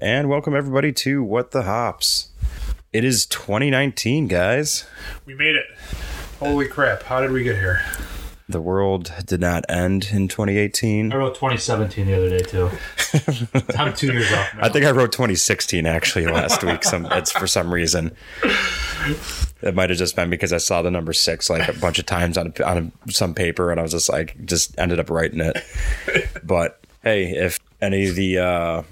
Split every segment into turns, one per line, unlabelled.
and welcome everybody to What the Hops. It is 2019, guys.
We made it. Holy crap. How did we get here?
The world did not end in 2018.
I wrote 2017 the other day too. I'm two years off. Now.
I think I wrote 2016 actually last week. Some it's for some reason. It might have just been because I saw the number six like a bunch of times on a, on a, some paper, and I was just like, just ended up writing it. But hey, if any of the uh,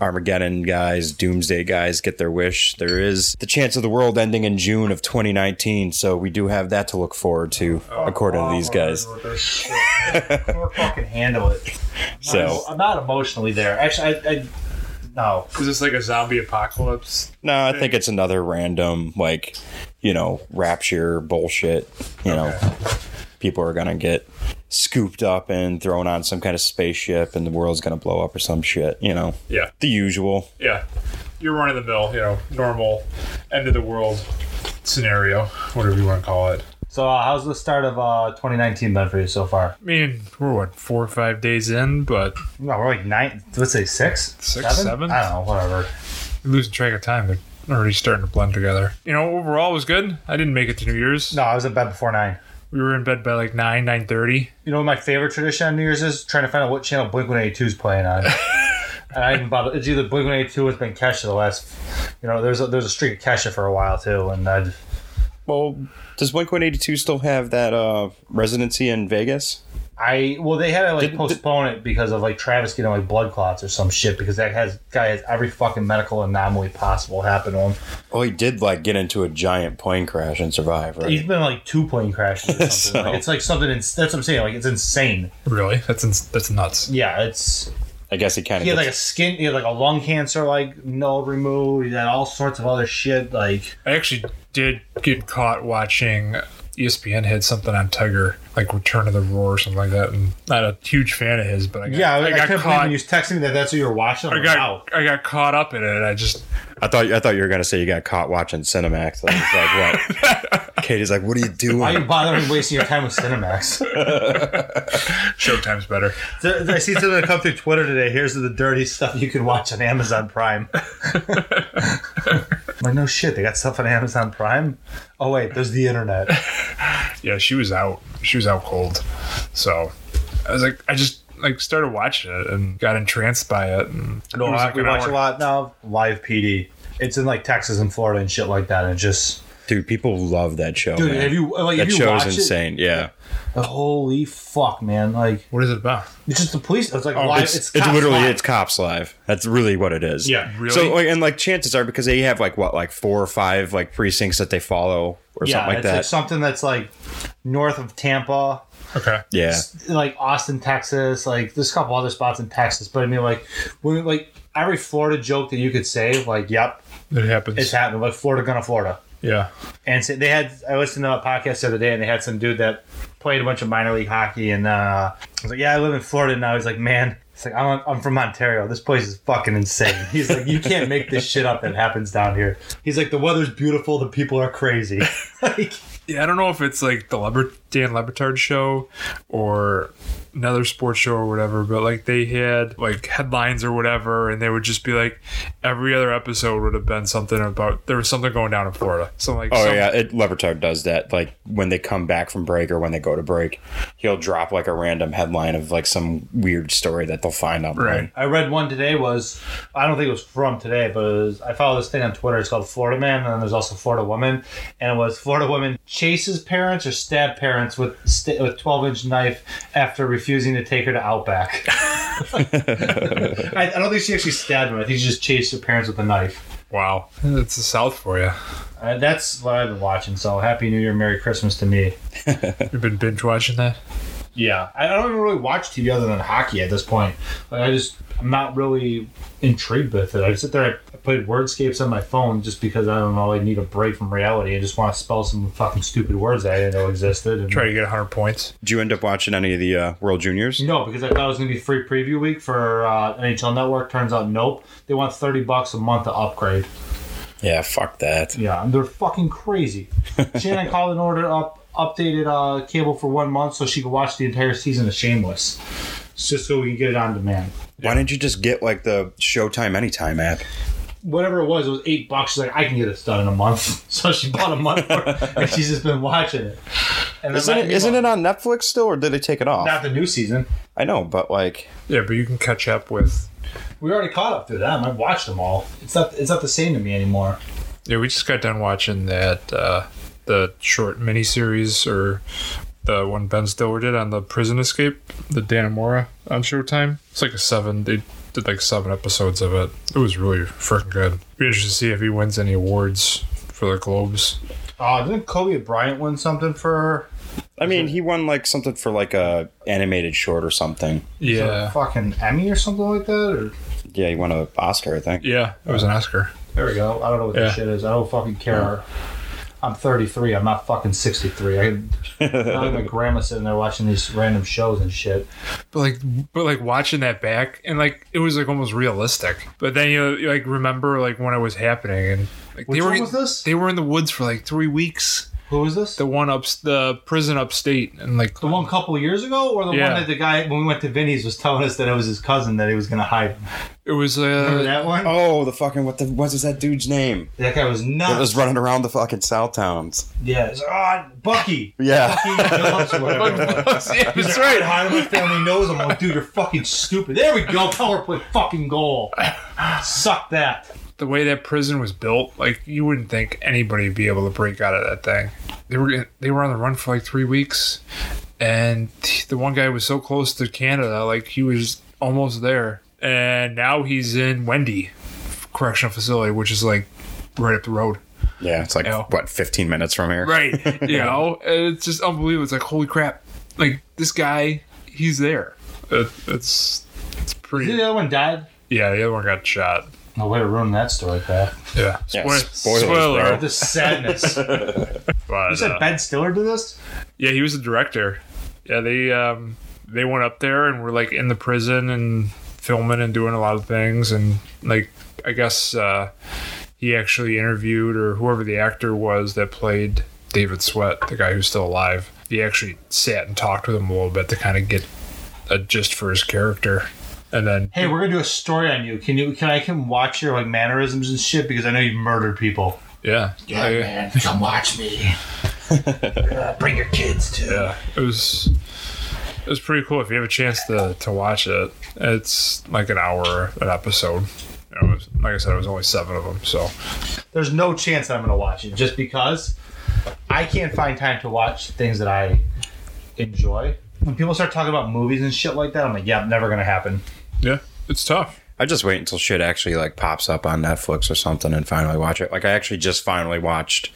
Armageddon guys, Doomsday guys get their wish, there is the chance of the world ending in June of 2019. So we do have that to look forward to, according to these
Oh,
guys.
Or fucking handle it.
So
I'm not emotionally there. Actually, I, I no.
Is this like a zombie apocalypse?
no, I think it's another random like, you know, rapture bullshit. You know, people are gonna get scooped up and thrown on some kind of spaceship, and the world's gonna blow up or some shit. You know,
Yeah.
the usual.
Yeah. You're running the mill, you know, normal end of the world scenario, whatever you want to call it.
So uh, how's the start of uh, 2019 been for you so far?
I mean, we're what, four or five days in, but
No, we're like nine. Let's say six,
Six, seven?
I don't know. Whatever.
you're losing track of time. They're already starting to blend together. You know, overall it was good. I didn't make it to New Year's.
No, I was in bed before nine.
We were in bed by like nine, nine thirty.
You know what my favorite tradition on New Year's is trying to find out what channel Blink 182 is playing on. and I even bother. It's either Blink 182 or it's been Kesha the last. You know, there's a, there's a streak of Kesha for a while too, and I
Well, does Blink One Eighty Two still have that uh, residency in Vegas?
I well they had to like
Did-
postpone it because of like Travis getting like blood clots or some shit because that has guy has every fucking medical anomaly possible happen to him.
Well, Oh, he did like get into a giant plane crash and survive, right?
He's been in, like two plane crashes. Or something.
So-
Like, it's like something. In, that's what I'm saying. Like it's insane.
Really? That's ins- that's nuts.
Yeah, it's
I guess he kind
he
of.
had like a skin. He had like a lung cancer like null removed. He had all sorts of other shit like.
I actually did get caught watching E ESPN had something on Tiger, like Return of the Roar or something like that. And not a huge fan of his, but I got,
Yeah, I,
I got
couldn't believe
caught.
when you was texting me that that's what you were watching. I'm
I
like,
got
wow.
I got caught up in it. and I just
I thought I thought you were gonna say you got caught watching Cinemax. I was like, what? Katie's like, what are you
Why are
doing?
you bothering wasting your time with Cinemax?
Showtime's better.
Th- I see something that come through Twitter today. Here's the dirty stuff you can watch on Amazon Prime. I'm like, no shit, they got stuff on Amazon Prime. Oh wait, there's the internet.
Yeah, she was out. She was out cold. So I was like, I just like started watching it and got entranced by it. And no,
We watch a lot now. Live PD. It's in like Texas and Florida and shit like that. And it just
Dude, people love that show.
dude,
man.
if you uh, like,
that
if you
show is
watch
insane. Yeah,
it, holy fuck, man! Like
What is it about?
it's just the police. It's like live.
Oh, it's,
It's,
it's,
cops
literally
live.
it's cops live. That's really what it is.
Yeah.
Really?
So like, and like chances are because they have like what like four or five like precincts that they follow or
yeah,
something like
it's
that.
like something that's like north of Tampa.
Okay.
yeah.
like Austin, Texas. Like there's a couple other spots in Texas, but I mean, like when like every Florida joke that you could say, like, yep,
It happens.
it's happening. Like Florida, gonna Florida.
yeah.
And so they had I listened to a podcast the other day, and they had some dude that played a bunch of minor league hockey, and uh, I was like, yeah, I live in Florida now. He's like, man. It's like, I'm, I'm from Ontario. This place is fucking insane. He's like, you can't make this shit up that happens down here. He's like, the weather's beautiful. The people are crazy. like,
Yeah, I don't know if it's like the Leber- Dan Lebertard show or another sports show or whatever, but like they had like headlines or whatever, and they would just be like every other episode would have been something about there was something going down in Florida. So like,
Oh
some-
yeah, it, Levertard does that. Like when they come back from break or when they go to break, he'll drop like a random headline of like some weird story that they'll find online.
Right.
I read one today was I don't think it was from today, but it was, I follow this thing on Twitter. It's called Florida Man, and then there's also Florida Woman, and it was Florida Woman chases parents or stab parents with st- with 12 inch knife after refusing to take her to Outback. I, I don't think she actually stabbed him. I think she just chased her parents with a knife.
Wow, it's the South for you.
Uh, that's what I've been watching. So happy New Year, Merry Christmas to me.
You've been binge watching that.
Yeah, I I don't even really watch TV other than hockey at this point. Like I just, I'm not really intrigued with it. I sit there, I played Wordscapes on my phone just because I don't know. I need a break from reality. I just want to spell some fucking stupid words that I didn't know existed. And,
Try to get 100 points.
Did you end up watching any of the uh, World Juniors?
no, because I thought it was gonna be free preview week for uh, NHL Network. Turns out, nope. They want thirty bucks a month to upgrade.
Yeah, fuck that.
Yeah, they're fucking crazy. Shannon called an order up updated uh, cable for one month so she could watch the entire season of Shameless. just so we can get it on demand.
Why didn't you just get like the Showtime Anytime app?
Whatever it was, it was eight bucks. She's like, I can get this done in a month. So she bought a month worth, and she's just been watching it. And then
Isn't
that-
it, isn't it on Netflix still, or did they take it off?
Not the new season.
I know, but like,
Yeah, but you can catch up with.
We already caught up through them. I watched them all. It's not. It's not the same to me anymore.
Yeah, we just got done watching that uh, the short miniseries or the one Ben Stiller did on the prison escape, the Danamora on Showtime. It's like a seven. They did like seven episodes of it. It was really freaking good. Be interested to see if he wins any awards for the Globes.
Oh, didn't Kobe Bryant win something for
I mean, he won like something for like a animated short or something.
a fucking Emmy or something like that? Or
Yeah, he won an Oscar, I think.
yeah, it was an Oscar.
there we go. I don't know what
Yeah.
this shit is. I don't fucking care. I'm 33. I'm not fucking 63. I not even grandma sitting there watching these random shows and shit.
But like, but like watching that back, and like it was like almost realistic. But then you, you like remember like when it was happening, and like
Which
they were
one was this?
they were in the woods for like three weeks.
Who is this?
The
The,
one up the prison upstate, and like
one couple years ago, or the
Yeah.
one that the guy when we went to Vinny's was telling us that it was his cousin that he was gonna hide.
it was
Remember
uh,
that one?
Oh, the fucking what the what is that dude's name?
That guy was nuts.
That was running around the fucking South Towns.
yeah, it's like, "Ah, Bucky.
Yeah.
Bucky Phillips or whatever.
yeah, that's
That's right.
right.
How my family knows I'm like, dude, you're fucking stupid. There we go. Power play fucking goal. Suck that.
The way that prison was built, like you wouldn't think anybody would be able to break out of that thing. They were they were on the run for like three weeks, and the one guy was so close to Canada, like he was almost there, and now he's in Wendy correctional facility, which is like right up the road.
Yeah, it's like
Ow.
what, fifteen minutes from here?
Right. you know, And it's just unbelievable. It's like holy crap, like this guy, he's there. It, it's it's pretty.
Did the other one died?
Yeah, the other one got shot.
No way to ruin that story, Pat.
Yeah.
Yeah,
Spoil-
spoilers,
spoiler.
bro.
The sadness. you
but,
said
uh,
Ben Stiller did this?
yeah, he was the director. Yeah, they um they went up there and were like in the prison and filming and doing a lot of things and like I guess uh he actually interviewed or whoever the actor was that played David Sweat, the guy who's still alive. He actually sat and talked with him a little bit to kind of get a gist for his character. And then
Hey, we're gonna do a story on you. Can you? Can I can watch your like mannerisms and shit because I know you murdered people.
yeah. I-
man, come watch me. Uh, bring your kids too.
yeah it was it was pretty cool if you have a chance to to watch it it's like an hour an episode it was, like i said it was only seven of them so
There's no chance that I'm gonna watch it just because I can't find time to watch things that I enjoy. When people start talking about movies and shit like that, I'm like, yeah, never gonna happen.
yeah it's tough
I just wait until shit actually like pops up on Netflix or something and finally watch it. Like I actually just finally watched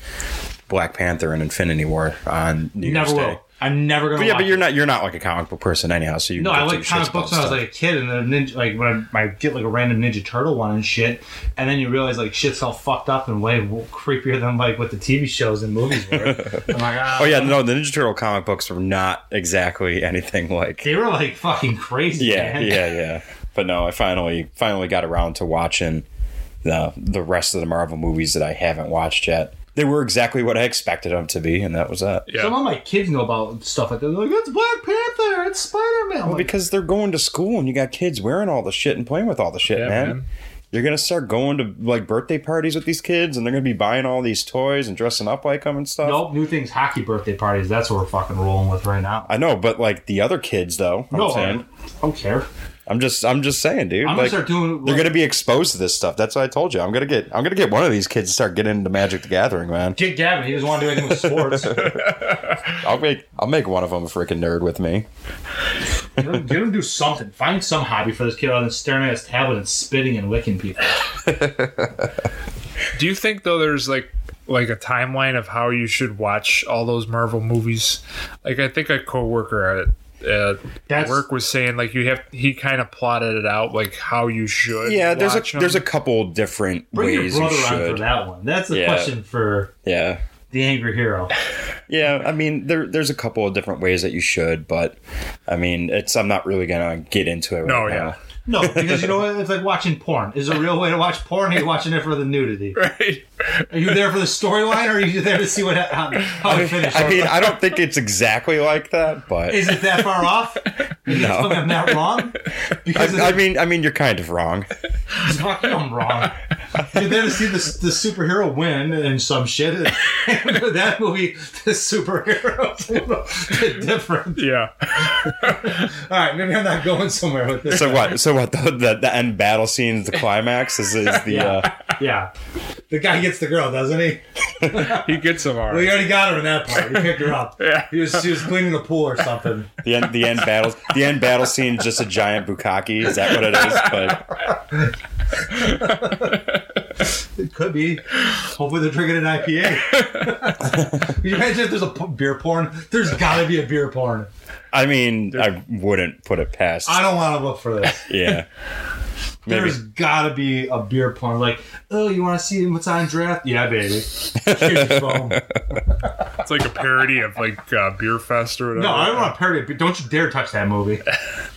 Black Panther and Infinity War on New Year's
never
Day.
will. I'm never gonna.
But yeah,
watch
but you're
it.
not you're not like a comic book person anyhow. So you
No,
get
I
to
like
shits
comic
about
books when I was
stuff.
like a kid, and then ninja, like when I, I get like a random Ninja Turtle one and shit, and then you realize like shit's all fucked up and way w- creepier than like what the TV shows and movies were. I'm like, ah,
Oh yeah, no, the Ninja Turtle comic books were not exactly anything like
they were like fucking crazy.
Yeah,
man.
yeah, yeah. But no, I finally finally got around to watching the the rest of the Marvel movies that I haven't watched yet. They were exactly what I expected them to be, and that was that.
yeah
Some of my kids know about stuff like that. They're like, it's Black Panther, it's Spider Man. Like,
Because they're going to school and you got kids wearing all the shit and playing with all the shit,
Yeah,
man.
man.
You're gonna start going to like birthday parties with these kids, and they're gonna be buying all these toys and dressing up like them and stuff.
nope, new things, hockey birthday parties. That's what we're fucking rolling with right now.
I know, but like the other kids, though. I'm
No,
saying,
I don't care.
I'm just, I'm just saying, dude.
I'm
like,
gonna start doing.
they're gonna be exposed to this stuff. That's what I told you. I'm gonna get, I'm gonna get one of these kids to start getting into Magic the Gathering, man.
Get Gavin. He doesn't want to do anything with sports.
I'll make I'll make one of them a freaking nerd with me.
Get him, get him to do something. Find some hobby for this kid other than staring at his tablet and spitting and licking people.
do you think though there's like like a timeline of how you should watch all those marvel movies like i think a coworker at at
That's-
work was saying like you have he kind of plotted it out like how you should
Yeah, there's
watch
a
'em.
there's a couple different
Bring
ways
your
you
brother on for
should.
that one. That's the
Yeah.
question for
Yeah,
the angry hero.
yeah. I mean, there there's a couple of different ways that you should, but I mean, it's I'm not really gonna get into it. Right
No,
now.
yeah.
No, because you know what? It's like watching porn. Is there a real way to watch porn? Or are you watching it for the nudity?
right
Are you there for the storyline, or are you there to see what how, how it finishes?
I mean, I don't think it's exactly like that, but
is it that far off? You
No.
think I'm not wrong? Because
I, I mean, I mean, you're kind of wrong.
it's not that I'm wrong. Dude, then to see the, the superhero win and some shit. that movie, the superhero's a little bit different.
Yeah.
All right, maybe I'm not going somewhere with this.
So what? So what? The, the, the end battle scene, the climax is, is the. Uh,
yeah. The guy gets the girl, doesn't he?
He gets them all
We
right.
already got her in that part. He picked her up.
Yeah.
He was, she was cleaning the pool or something.
The end, the end battles. The end battle scene is just a giant bukkake. Is that what it is? But
It could be. Hopefully they're drinking an IPA. Can you imagine if there's a p- beer porn? There's got to be a beer porn.
I mean, I wouldn't put it past.
I don't want to look for this.
Yeah, maybe.
There's got to be a beer porn. Like, oh, you want to see what's on draft? Yeah, baby. Here's your phone.
It's like a parody of like uh, Beer Fest or whatever.
No, I don't want to parody it, but don't you dare touch that movie.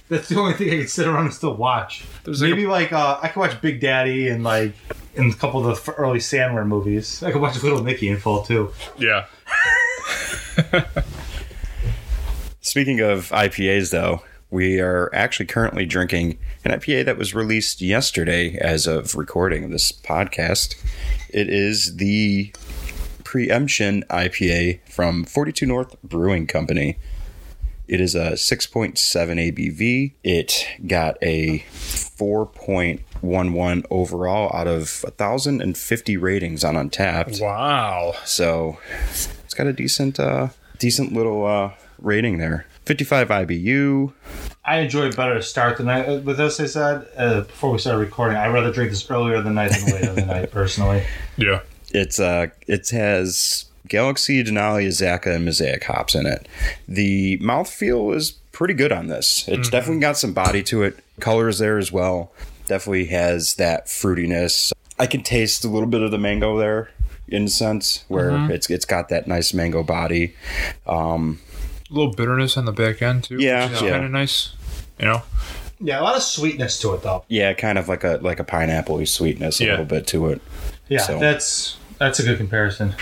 That's the only thing I can sit around and still watch.
There's like
Maybe like uh, I could watch Big Daddy and like in a couple of the f- early Sandler movies. I could watch Little Nicky in full too.
Yeah.
Speaking of IPAs, though, we are actually currently drinking an IPA that was released yesterday as of recording of this podcast. It is the Preemption IPA from 42 North Brewing Company. It is a 6.7 ABV. It got a 4.11 overall out of 1,050 ratings on Untapped.
Wow.
So it's got a decent, uh, decent little uh, rating there. 55 IBU.
I enjoy better to start the night uh, with this. I said uh, before we started recording, I'd rather drink this earlier in the night than later in the night, personally.
Yeah.
It's uh, it has Galaxy, Denali, Azaka, and Mosaic hops in it. The mouthfeel is pretty good on this. It's definitely got some body to it. Color is there as well. Definitely has that fruitiness. I can taste a little bit of the mango there, in a sense, where it's it's got that nice mango body. Um,
A little bitterness on the back end too.
Yeah, yeah.
Kind of nice. You know.
Yeah, a lot of sweetness to it, though.
yeah, kind of like a like a pineapple sweetness, a
Yeah.
little bit to it.
Yeah,
So-
that's that's a good comparison.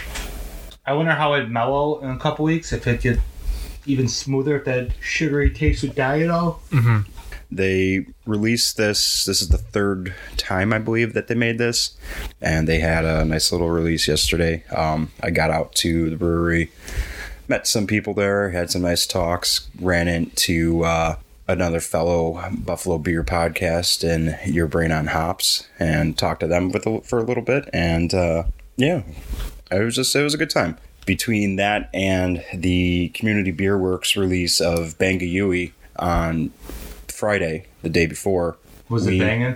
I wonder how it'd mellow in a couple weeks if it get even smoother. If that sugary taste would die at all.
they released this this is the third time i believe that they made this and they had a nice little release yesterday um, i got out to the brewery met some people there had some nice talks ran into uh, another fellow buffalo beer podcast and your brain on hops and talked to them with a, for a little bit and uh, yeah it was just it was a good time between that and the community beer works release of banga yui on Friday, the day before.
Was
we,
it banging?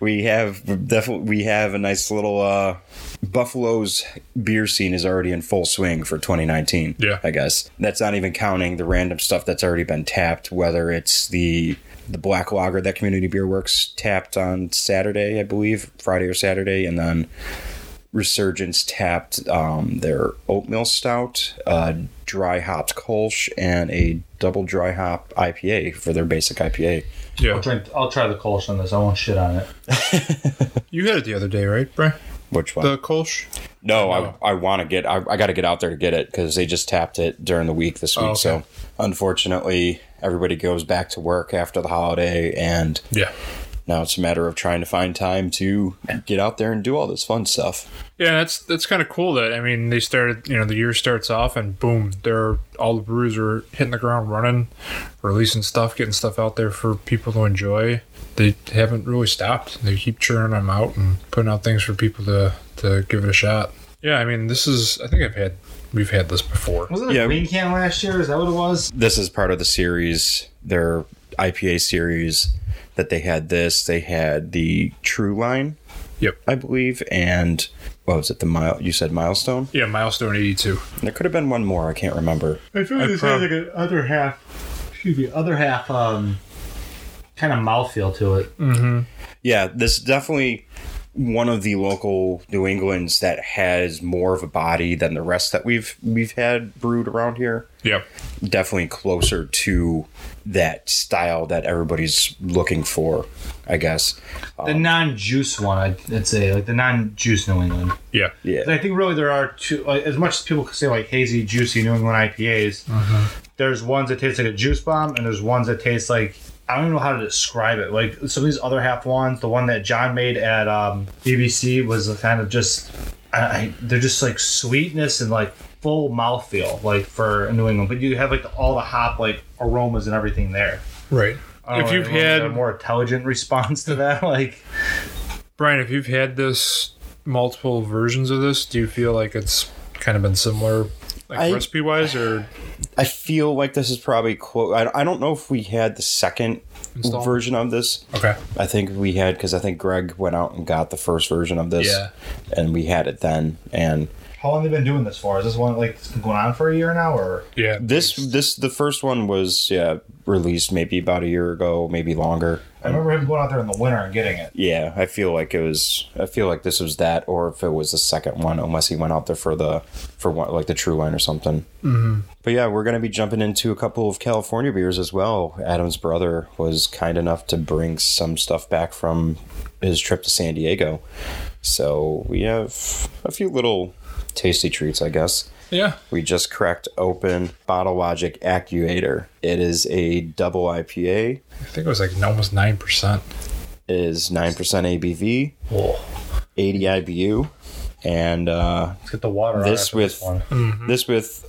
We have definitely we have a nice little uh, Buffalo's beer scene is already in full swing for 2019.
Yeah.
I guess that's not even counting the random stuff that's already been tapped. Whether it's the the black lager that Community Beer Works tapped on Saturday, I believe Friday or Saturday, and then Resurgence tapped um, their oatmeal stout, uh, dry hopped Kolsch, and a double dry hop IPA for their basic IPA.
Yeah.
I'll drink. I'll try the Kolsch on this. I won't shit on it.
You had it the other day, right, Brian?
Which one?
The Kolsch?
No, I, I want to get. I, I got to get out there to get it because they just tapped it during the week this week.
Oh, okay.
So unfortunately, everybody goes back to work after the holiday, and
Yeah.
now it's a matter of trying to find time to get out there and do all this fun stuff.
Yeah, that's that's kind of cool. That I mean, they started. You know, the year starts off and boom, they're all the brews are hitting the ground running, releasing stuff, getting stuff out there for people to enjoy. They haven't really stopped. They keep churning them out and putting out things for people to to give it a shot. Yeah, I mean, this is. I think I've had we've had this before.
Wasn't it
Yeah.
a green can last year? Is that what it was?
This is part of the series, their IPA series that they had. This they had the True Line,
Yep.
I believe, and what was it? The mile you said milestone.
Yeah, milestone eighty two.
There could have been one more. I can't remember.
I feel
like this has
like an other half. Excuse me, other half. Um, kind of mouthfeel to it.
yeah, this is definitely one of the local New Englands that has more of a body than the rest that we've we've had brewed around here.
Yeah.
definitely closer to that style that everybody's looking for, I guess.
The non-juice one, I'd, I'd say, like the non-juice New England.
Yeah.
Yeah.
'Cause I think really there are two. Like, as much as people can say like hazy, juicy New England IPAs, there's ones that taste like a juice bomb, and there's ones that taste like I don't even know how to describe it. Like some of these other half ones, the one that John made at um, BBC was a kind of just, I, I, they're just like sweetness and like full mouthfeel, like for New England. But you have like all the hop like aromas and everything there.
Right.
I don't
If
know,
you've
everyone's got
had
a more intelligent response to that, like
Brian, if you've had this multiple versions of this, do you feel like it's kind of been similar, like
I-
recipe wise, or
I feel like this is probably close. I, I don't know if we had the second
Install?
version of this.
okay?
I think we had because I think Greg went out and got the first version of this,
Yeah.
and we had it then. And
how long have they been doing this for? Is this one like it's been going on for a year now, or?
Yeah.
this this the first one was yeah released maybe about a year ago, maybe longer.
I remember him going out there in the winter and getting it.
Yeah, I feel like it was. I feel like this was that, or if it was the second one, unless he went out there for the for one like the True Line or something. Mm-hmm. But yeah, we're gonna be jumping into a couple of California beers as well. Adam's brother was kind enough to bring some stuff back from his trip to San Diego, so we have a few little tasty treats, I guess.
Yeah.
We just cracked open Bottle Logic Actuator. It is a double IPA.
I think it was like almost nine percent.
It is nine percent ABV. 80 IBU, and uh,
Let's get the water.
this with this with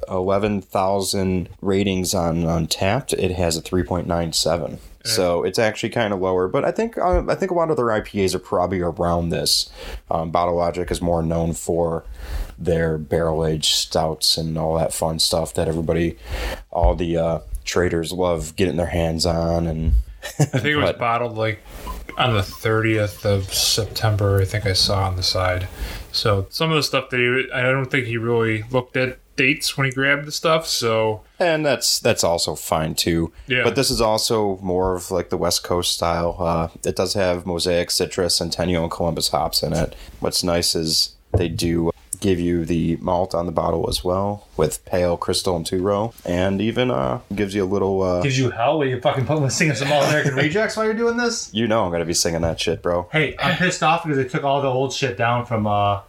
11,000 ratings on Untapped, it has a 3.97. So it's actually kind of lower, but I think uh, I think a lot of their IPAs are probably around this. Um, Bottle Logic is more known for their barrel aged stouts and all that fun stuff that everybody, all the uh, traders love getting their hands on. And
I think it was
But-
bottled like on the 30th of September. I think I saw on the side. So some of the stuff that he, I don't think he really looked at dates when he grabbed the stuff. So
and that's that's also fine too.
Yeah.
But this is also more of like the West Coast style. Uh, it does have mosaic, citrus, centennial, and Columbus hops in it. What's nice is they do give you the malt on the bottle as well with pale, crystal, and two row, and even uh, gives you a little. Uh,
Gives you hell when you fucking put singing some All American Rejects while you're doing this.
you know I'm gonna be singing that shit, bro.
Hey, I'm pissed off because they took all the old shit down from uh,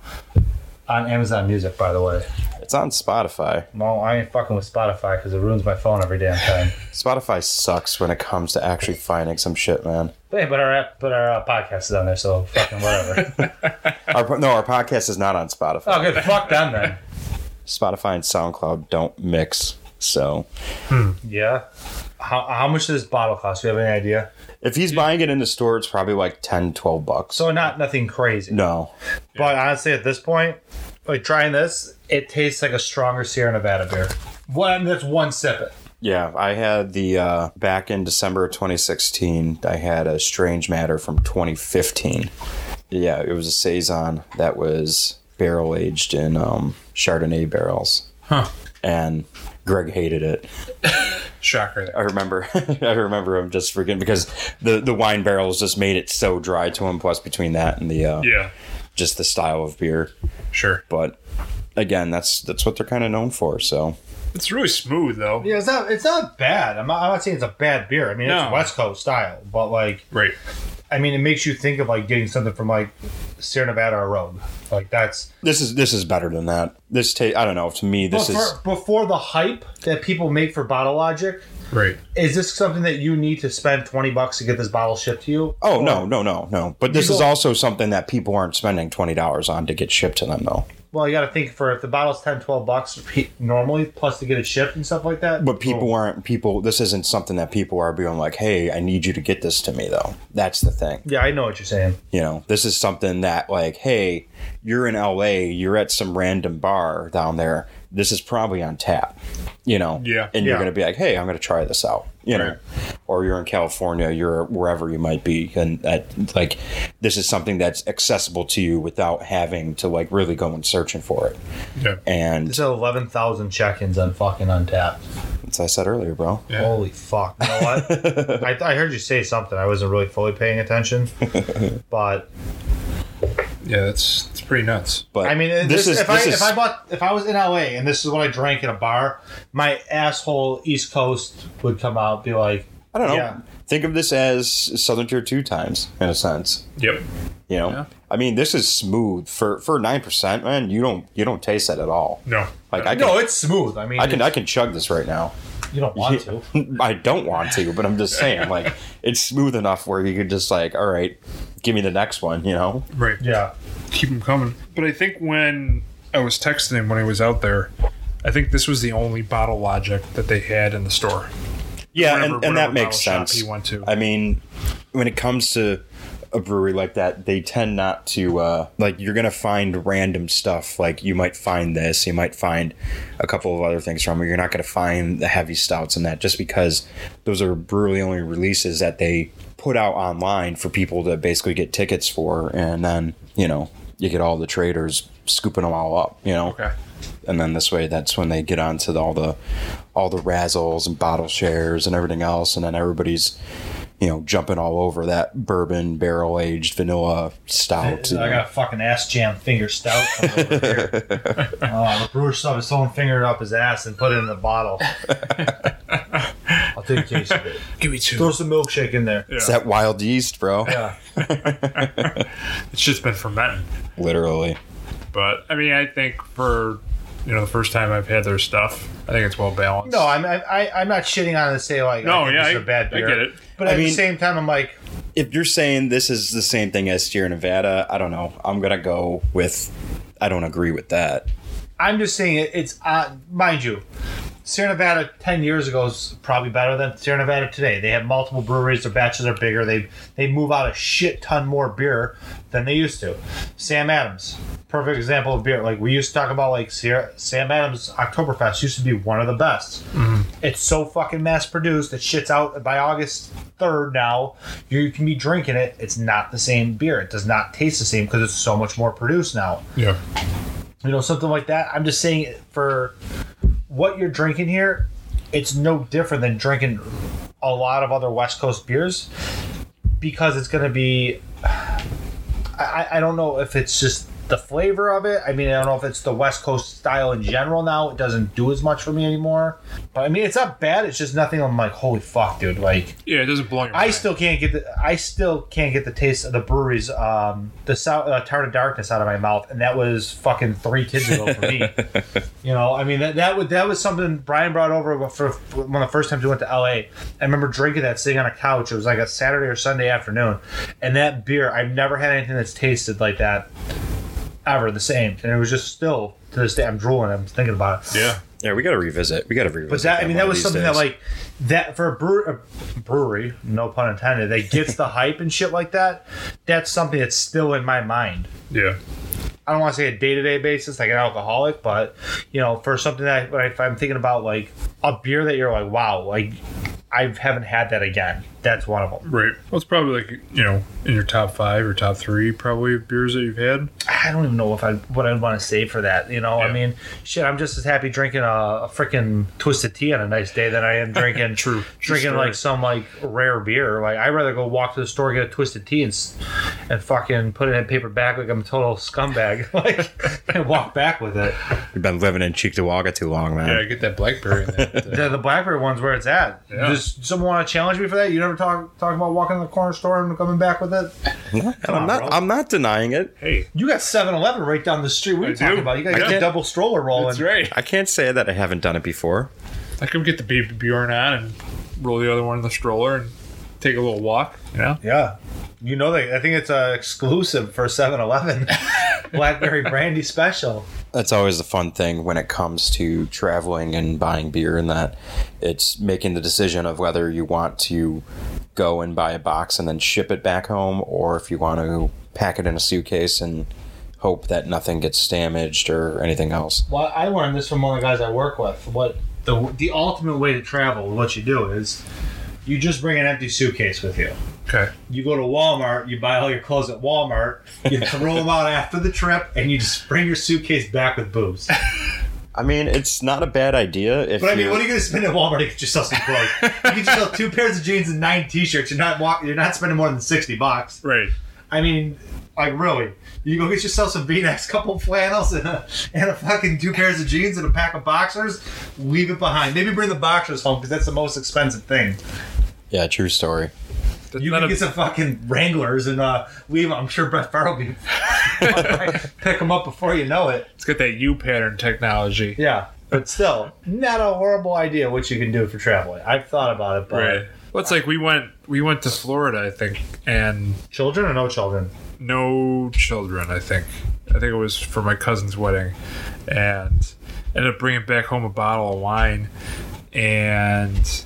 on Amazon Music. By the way,
It's on Spotify.
no, I ain't fucking with Spotify because it ruins my phone every damn time.
Spotify sucks when it comes to actually finding some shit, man.
But hey, but our app- but our uh, podcast is on there, so fucking whatever.
Our, no, our podcast is not on Spotify.
oh, good. Fuck them then.
Spotify and SoundCloud don't mix, so
Yeah. How, how much does this bottle cost? Do you have any idea?
If he's buying it in the store, it's probably like 10, 12 bucks.
So not nothing crazy.
no.
But honestly, at this point, like trying this, it tastes like a stronger Sierra Nevada beer. One that's one sip it.
Yeah, I had the uh, back in December of 2016, I had a Strange Matter from 2015. Yeah, it was a Saison that was barrel aged in um, Chardonnay barrels.
Huh.
And Greg hated it.
shocker. there.
I remember, I remember him just freaking because the, the wine barrels just made it so dry to him. Plus, between that and the uh,
Yeah.
just the style of beer,
Sure.
but again, that's that's what they're kind of known for. So
It's really smooth though.
Yeah, it's not it's not bad. I'm not, I'm not saying it's a bad beer. I mean,
No.
it's West Coast style, but like,
Right.
I mean, it makes you think of like getting something from like Sierra Nevada or Rogue. Like that's
this is this is better than that. This ta- I don't know. To me, this
before,
is
before the hype that people make for Bottle Logic.
Right.
Is this something that you need to spend twenty bucks to get this bottle shipped to you?
oh no no no no. But this
You
is
don't-
also something that people aren't spending twenty dollars on to get shipped to them though.
Well, you got to think for if the bottle's 10, 12 bucks pe- normally, plus to get it shipped and stuff like that.
But people aren't people. This isn't something that people are being like, hey, I need you to get this to me though. That's the thing.
yeah, I know what you're saying.
You know, this is something that like, hey, you're in L.A. You're at some random bar down there. This is probably on tap. You know.
Yeah.
And you're
Yeah.
gonna be like, hey, I'm gonna try this out. You know.
Right.
Or you're in California, you're wherever you might be, and that like this is something that's accessible to you without having to like really go and searching for it.
Yeah.
And
It's at 11,000 check ins on fucking Untapped.
as I said earlier, bro,
Yeah.
Holy fuck. You know what? I, I heard you say something. I wasn't really fully paying attention. but
Yeah, it's it's pretty nuts.
But
I mean,
this is
if
this
I
is
if I bought if I was in LA and this is what I drank at a bar, my asshole East Coast would come out be like,
I don't know.
Yeah.
Think of this as Southern Tier two times in a sense.
Yep.
You know,
Yeah.
I mean, this is smooth for for nine percent, man. You don't you don't taste that at all.
No.
Like I can,
no, it's smooth. I mean,
I can I can chug this right now.
you don't want to.
I don't want to, but I'm just saying, like it's smooth enough where you could just like, all right, give me the next one. You know,
Right.
Yeah,
Keep them coming. But I think when I was texting him when I was out there, I think this was the only bottle logic that they had in the store.
yeah,
Whatever-
and, and that
whatever
makes
bottle shop
sense.
you want to.
I mean, when it comes to a brewery like that, they tend not to uh, like you're gonna find random stuff. Like you might find this, you might find a couple of other things from it. You're not gonna find the heavy stouts and that just because those are brewery only releases that they put out online for people to basically get tickets for, and then you know you get all the traders scooping them all up. You know
Okay.
and then this way that's when they get onto the, all the all the razzles and bottle shares and everything else and then everybody's you know jumping all over that bourbon barrel aged vanilla stout
I got a fucking ass jam finger stout coming over here. Oh, the brewer stuff his own finger up his ass and put it in the bottle. I'll take a case of it.
Give me two.
Throw some milkshake in there.
it's that wild yeast bro
Yeah,
It's just been fermenting.
literally
But I mean, I think for you know the first time I've had their stuff, I think it's well balanced.
no, I'm I, I, I'm not shitting on it to say like
No,
I think
yeah,
this is
I-
a bad
I
beer.
get it.
But
I
at
mean-
the same time, I'm like,
if you're saying this is the same thing as Sierra Nevada I don't know I'm gonna go with I don't agree with that
I'm just saying it, it's uh, mind you, Sierra Nevada ten years ago is probably better than Sierra Nevada today. They have multiple breweries, their batches are bigger, they they move out a shit ton more beer than they used to. Sam Adams, perfect example of beer. Like we used to talk about like Sierra Sam Adams Oktoberfest used to be one of the best. It's so fucking mass produced, it shits out by August third now. You can be drinking it. It's not the same beer. It does not taste the same because it's so much more produced now
Yeah.
you know something like that i'm just saying for what you're drinking here it's no different than drinking a lot of other west coast beers because it's going to be I, I- I don't know if it's just the flavor of it i mean i don't know if it's the west coast style in general now it doesn't do as much for me anymore but i mean it's not bad it's just nothing i'm like holy fuck dude like
Yeah, it doesn't blow your
I
mind.
still can't get the I still can't get the taste of the brewery's um the sou- uh, Tower of Darkness out of my mouth, and that was fucking three kids ago for me. you know, I mean that that was that was something Brian brought over for, for one of the first times we went to LA. I remember drinking that sitting on a couch. It was like a Saturday or Sunday afternoon, and that beer I've never had anything that's tasted like that ever the same, and it was just still to this day I'm drooling. I'm thinking about it.
yeah.
yeah we gotta revisit we gotta revisit
But that, I
one
mean, that
of
was
these
something
days.
that, like, that for a, brew, a brewery, no pun intended, that gets the hype and shit like that. That's something that's still in my mind.
Yeah.
I don't want to say a day to day basis, like an alcoholic, but you know, for something that I, if I'm thinking about, like a beer that you're like, wow, like I haven't had that again. That's one of them.
Right. Well, it's probably like you know in your top five or top three probably of beers that you've had.
I don't even know if I what I'd want to say for that. You know,
Yeah.
I mean, shit, I'm just as happy drinking a, a freaking twisted tea on a nice day than I am drinking
True. True
drinking
story.
like some like rare beer. Like I'd rather go walk to the store get a twisted tea and s- and fucking put it in a paper bag like I'm a total scumbag, like and walk back with it.
we've been living in Cheektowaga too long man
Yeah, get that blackberry. In that.
The, the blackberry one's where it's at.
Yeah.
Does someone want to challenge me for that? You never talk talk about walking in the corner store and coming back with it.
and I'm
on,
not
bro.
I'm not denying it
hey,
You got 7-Eleven right down the street. What are
I
you talking
do.
about? You got
I
your
do.
double stroller rolling.
that's right.
I can't say that I haven't done it before
I could get the baby Bjorn on and roll the other one in the stroller and take a little walk. You know.
Yeah. You know, they, I think it's uh, exclusive for 7 Eleven Blackberry Brandy Special.
that's always the fun thing when it comes to traveling and buying beer and that it's making the decision of whether you want to go and buy a box and then ship it back home or if you want to pack it in a suitcase and hope that nothing gets damaged or anything else
Well, I learned this from one of the guys I work with. What the, the ultimate way to travel, what you do is you just bring an empty suitcase with you.
Okay.
You go to Walmart, you buy all your clothes at Walmart, you throw them out after the trip, and you just bring your suitcase back with booze.
i mean it's not a bad idea if
But I
you,
mean, what are you going to spend at Walmart to get yourself some clothes? you can just sell two pairs of jeans and nine T-shirts. You're not walk, You're not spending more than sixty bucks.
Right.
I mean, Like really, you go get yourself some V-necks, couple flannels, and a, and a fucking two pairs of jeans and a pack of boxers. Leave it behind. Maybe bring the boxers home because that's the most expensive thing.
Yeah, true story.
That's
You
not
can
a-
get some fucking Wranglers and uh, leave. 'em. I'm sure Brett Favre will be pick them up before you know it.
it's got that U pattern technology.
Yeah, but still, not a horrible idea what you can do for traveling. I've thought about it, but
Right. Well, it's like we went we went to Florida, I think, and
children or no children?
no children. I think I think it was for my cousin's wedding, and ended up bringing back home a bottle of wine, and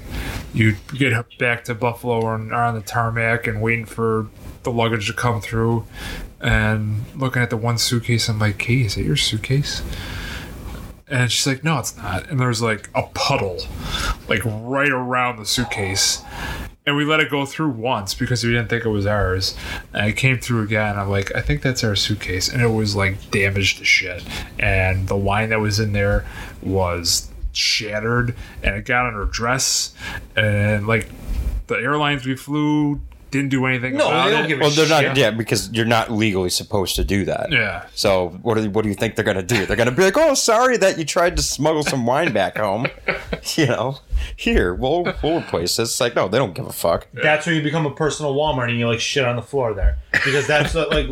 you get back to Buffalo or are on the tarmac and waiting for the luggage to come through, and looking at the one suitcase. I'm like, Kate, is it your suitcase? And she's like, no, it's not. And there's like a puddle, like right around the suitcase and we let it go through once because we didn't think it was ours. And it came through again. I'm like, I think that's our suitcase, and it was like damaged to shit. And the wine that was in there was shattered, and it got on her dress. And like the airlines we flew didn't do anything
No,
about
they don't
it.
give a
Well, they're
shit.
not. Yeah, because you're not legally supposed to do that.
yeah,
So what do what do you think they're gonna do? They're gonna be like, "Oh, sorry that you tried to smuggle some wine back home." You know, here we'll we'll replace this. It's like, no, they don't give a fuck.
That's when you become a personal Walmart and you like shit on the floor there because that's what, like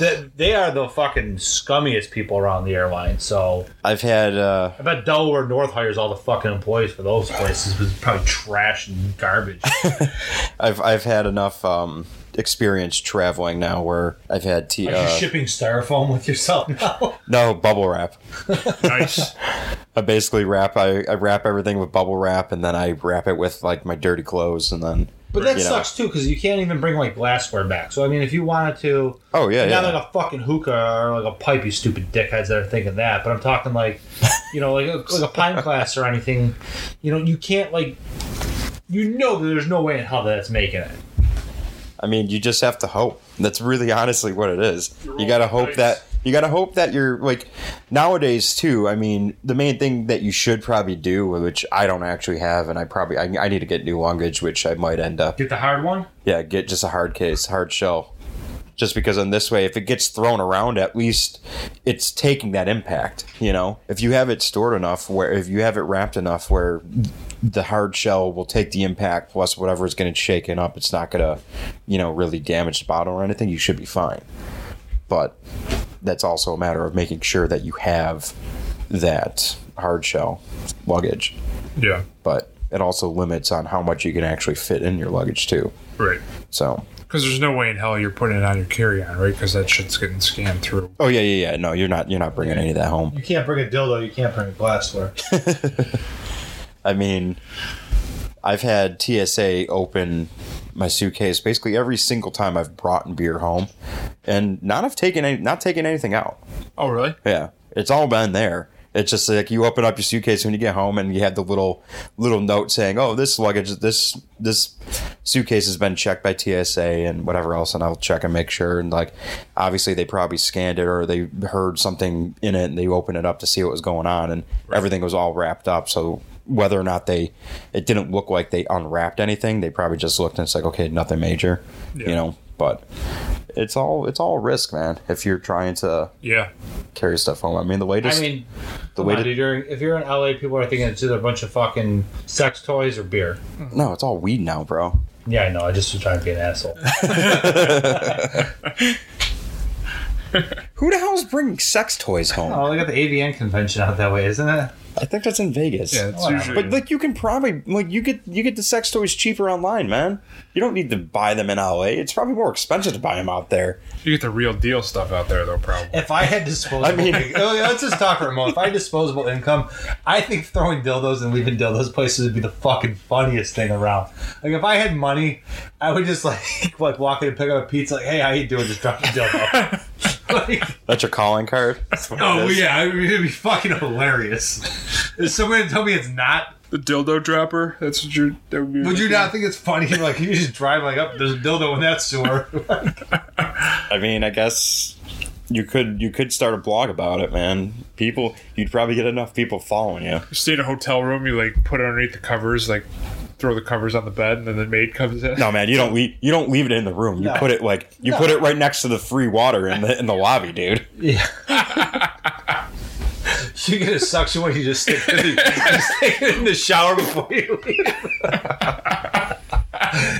they, they are the fucking scummiest people around the airline. So
I've had uh,
I bet Delaware North hires all the fucking employees for those places, but it's probably trash and garbage.
I've I've had enough um, experience traveling now where I've had t-
Are you
uh,
shipping styrofoam with yourself now?
no bubble wrap.
nice.
I basically wrap I, I wrap everything with bubble wrap and then I wrap it with like my dirty clothes and then
But that
you know.
sucks too because you can't even bring like glassware back. So I mean, if you wanted to,
Oh yeah,
not
yeah.
like a fucking hookah or like a pipe, you stupid dickheads that are thinking that. But I'm talking like, you know, like a, like a pine glass or anything. You know, you can't like, you know, that there's no way in hell that that's making it.
I mean, you just have to hope. That's really honestly what it is. You gotta
rolling
hope
the dice.
that you gotta hope that you're like nowadays too. I mean, the main thing that you should probably do, which I don't actually have, and I probably I, I need to get new luggage, which I might end up.
Get the hard one.
Yeah, get just a hard case, hard shell. Just because in this way, if it gets thrown around, at least it's taking that impact. You know, if you have it stored enough, where if you have it wrapped enough, where the hard shell will take the impact plus whatever is going to shaken up, it's not going to, you know, really damage the bottle or anything. You should be fine. But that's also a matter of making sure that you have that hard shell luggage.
yeah,
But it also limits on how much you can actually fit in your luggage too.
right.
So
Because there's no way in hell you're putting it on your carry-on, right? Because that shit's getting scanned through.
Oh yeah, yeah, yeah. No, you're not. You're not bringing any of that home.
You can't bring a dildo. You can't bring glassware.
I mean, I've had TSA open my suitcase basically every single time I've brought beer home, and not have taken any, not taken anything out.
Oh, really?
Yeah, it's all been there. It's just like you open up your suitcase when you get home, and you have the little little note saying, "Oh, this luggage, this this suitcase has been checked by TSA and whatever else," and I'll check and make sure. And like, obviously, they probably scanned it or they heard something in it, and they opened it up to see what was going on, and everything was all wrapped up. So whether or not they, it didn't look like they unwrapped anything. They probably just looked and it's like, okay, nothing major, you know. But it's all it's all risk, man. If you're trying to
Yeah.
carry stuff home. I mean, the latest.
I mean,
the
come
way
on,
to,
dude, you're, if you're in LA, people are thinking it's either a bunch of fucking sex toys or beer.
no, it's all weed now, bro.
Yeah, I know. I just was trying to be an asshole.
Who the hell's bringing sex toys home?
oh, they got the AVN convention out that way, isn't it?
I think that's in Vegas.
Yeah, it's
Whatever.
usually.
But like, you can probably like you get you get the sex toys cheaper online, man. You don't need to buy them in LA. It's probably more expensive to buy them out there.
you get the real deal stuff out there, though, probably.
If I had disposable,
I mean-
Okay, let's just talk for a moment. If I had disposable income, I think throwing dildos and leaving dildos places would be the fucking funniest thing around. Like if I had money, I would just like like walk in and pick up a pizza. Like, hey, how you doing? Just drop the dildo. like,
That's your calling card. That's what it
oh
is.
yeah, I mean, it'd be fucking hilarious. If someone told me it's not,
The dildo dropper. That's what you're. That would, be
would you not think it's funny? Like you just drive like up. There's a dildo in that sewer.
I mean, I guess you could you could start a blog about it, man. People, you'd probably get enough people following you.
You stay in a hotel room. You like put it underneath the covers, like throw the covers on the bed, and then the maid comes in.
No, man, you don't leave. You don't leave it in the room. You
No.
put it like you
No.
put it right next to the free water in the in the lobby, dude.
Yeah. you get a suction when you just stick, it in the, you stick it in the shower before you leave.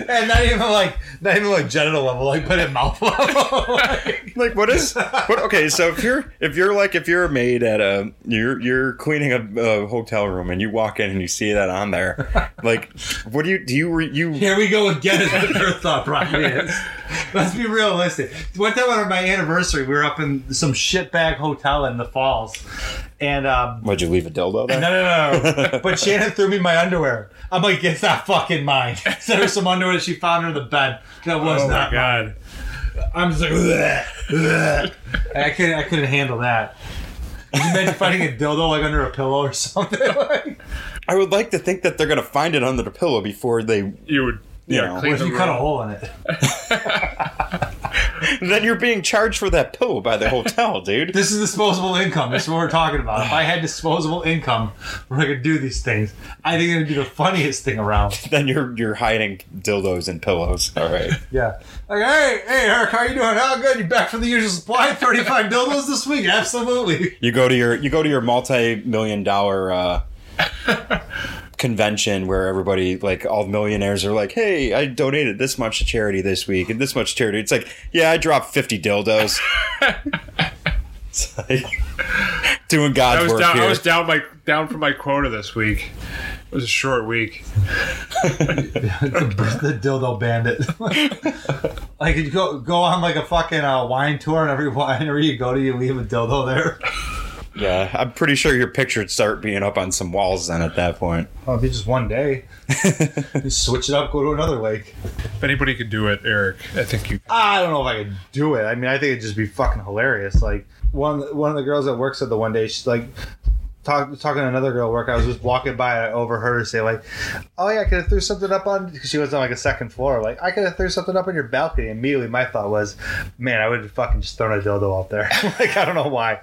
and not even like not even like genital level, like put it mouth level. Like,
Like, what is? What? Okay, so if you're if you're like if you're a maid at a you're you're cleaning a, a hotel room and you walk in and you see that on there, like, what do you do? You re- you
here we go again is what your thought probably is. Let's be realistic. One time on my anniversary, we were up in some shitbag hotel in the falls. And um,
would you leave a dildo there?
No, no, no. but Shannon threw me my underwear. I'm like, it's not fucking mine. Sent her some underwear that she found under the bed. That was
Oh my
not. mine.
god!
I'm just like, bleh, bleh. I couldn't, I couldn't handle that. Could you imagine finding a dildo like under a pillow or something? Like,
I would like to think that they're gonna find it under the pillow before they.
You would, yeah.
know,
clean
what if
the
you cut a
room.
hole in it?
Then you're being charged for that pillow by the hotel, dude.
This is disposable income. This is what we're talking about. If I had disposable income where I could do these things, I think it would be the funniest thing around.
Then you're you're hiding dildos and pillows. All right.
Yeah. Like, hey, hey, Eric, how you doing? How good? You back from the usual supply? 35 dildos this week? Absolutely.
You go to your you go to your multi million dollar uh, convention where everybody like all millionaires are like, hey, I donated this much to charity this week and this much to charity. It's like, yeah, I dropped fifty dildos. it's like doing God's
I was
work
down.
here.
I was down my down from my quota this week. It was a short week.
the dildo bandit. like you go go on like a fucking uh, wine tour, and every winery you go to, you leave a dildo there.
yeah, I'm pretty sure your picture would start being up on some walls then at that point.
Oh, it'd be just one day. You switch it up, go to another lake.
If anybody could do it, Eric, I think you.
I don't know if I could do it. I mean, I think it'd just be fucking hilarious. Like one one of the girls that works at the one day, she's like. Talk, talking to another girl at work, I was just walking by. I overheard her say like, "Oh yeah, I could have threw something up on." Because she was on like a second floor. Like I could have threw something up on your balcony. Immediately, my thought was, "Man, I would have fucking just thrown a dildo out there." like I don't know why.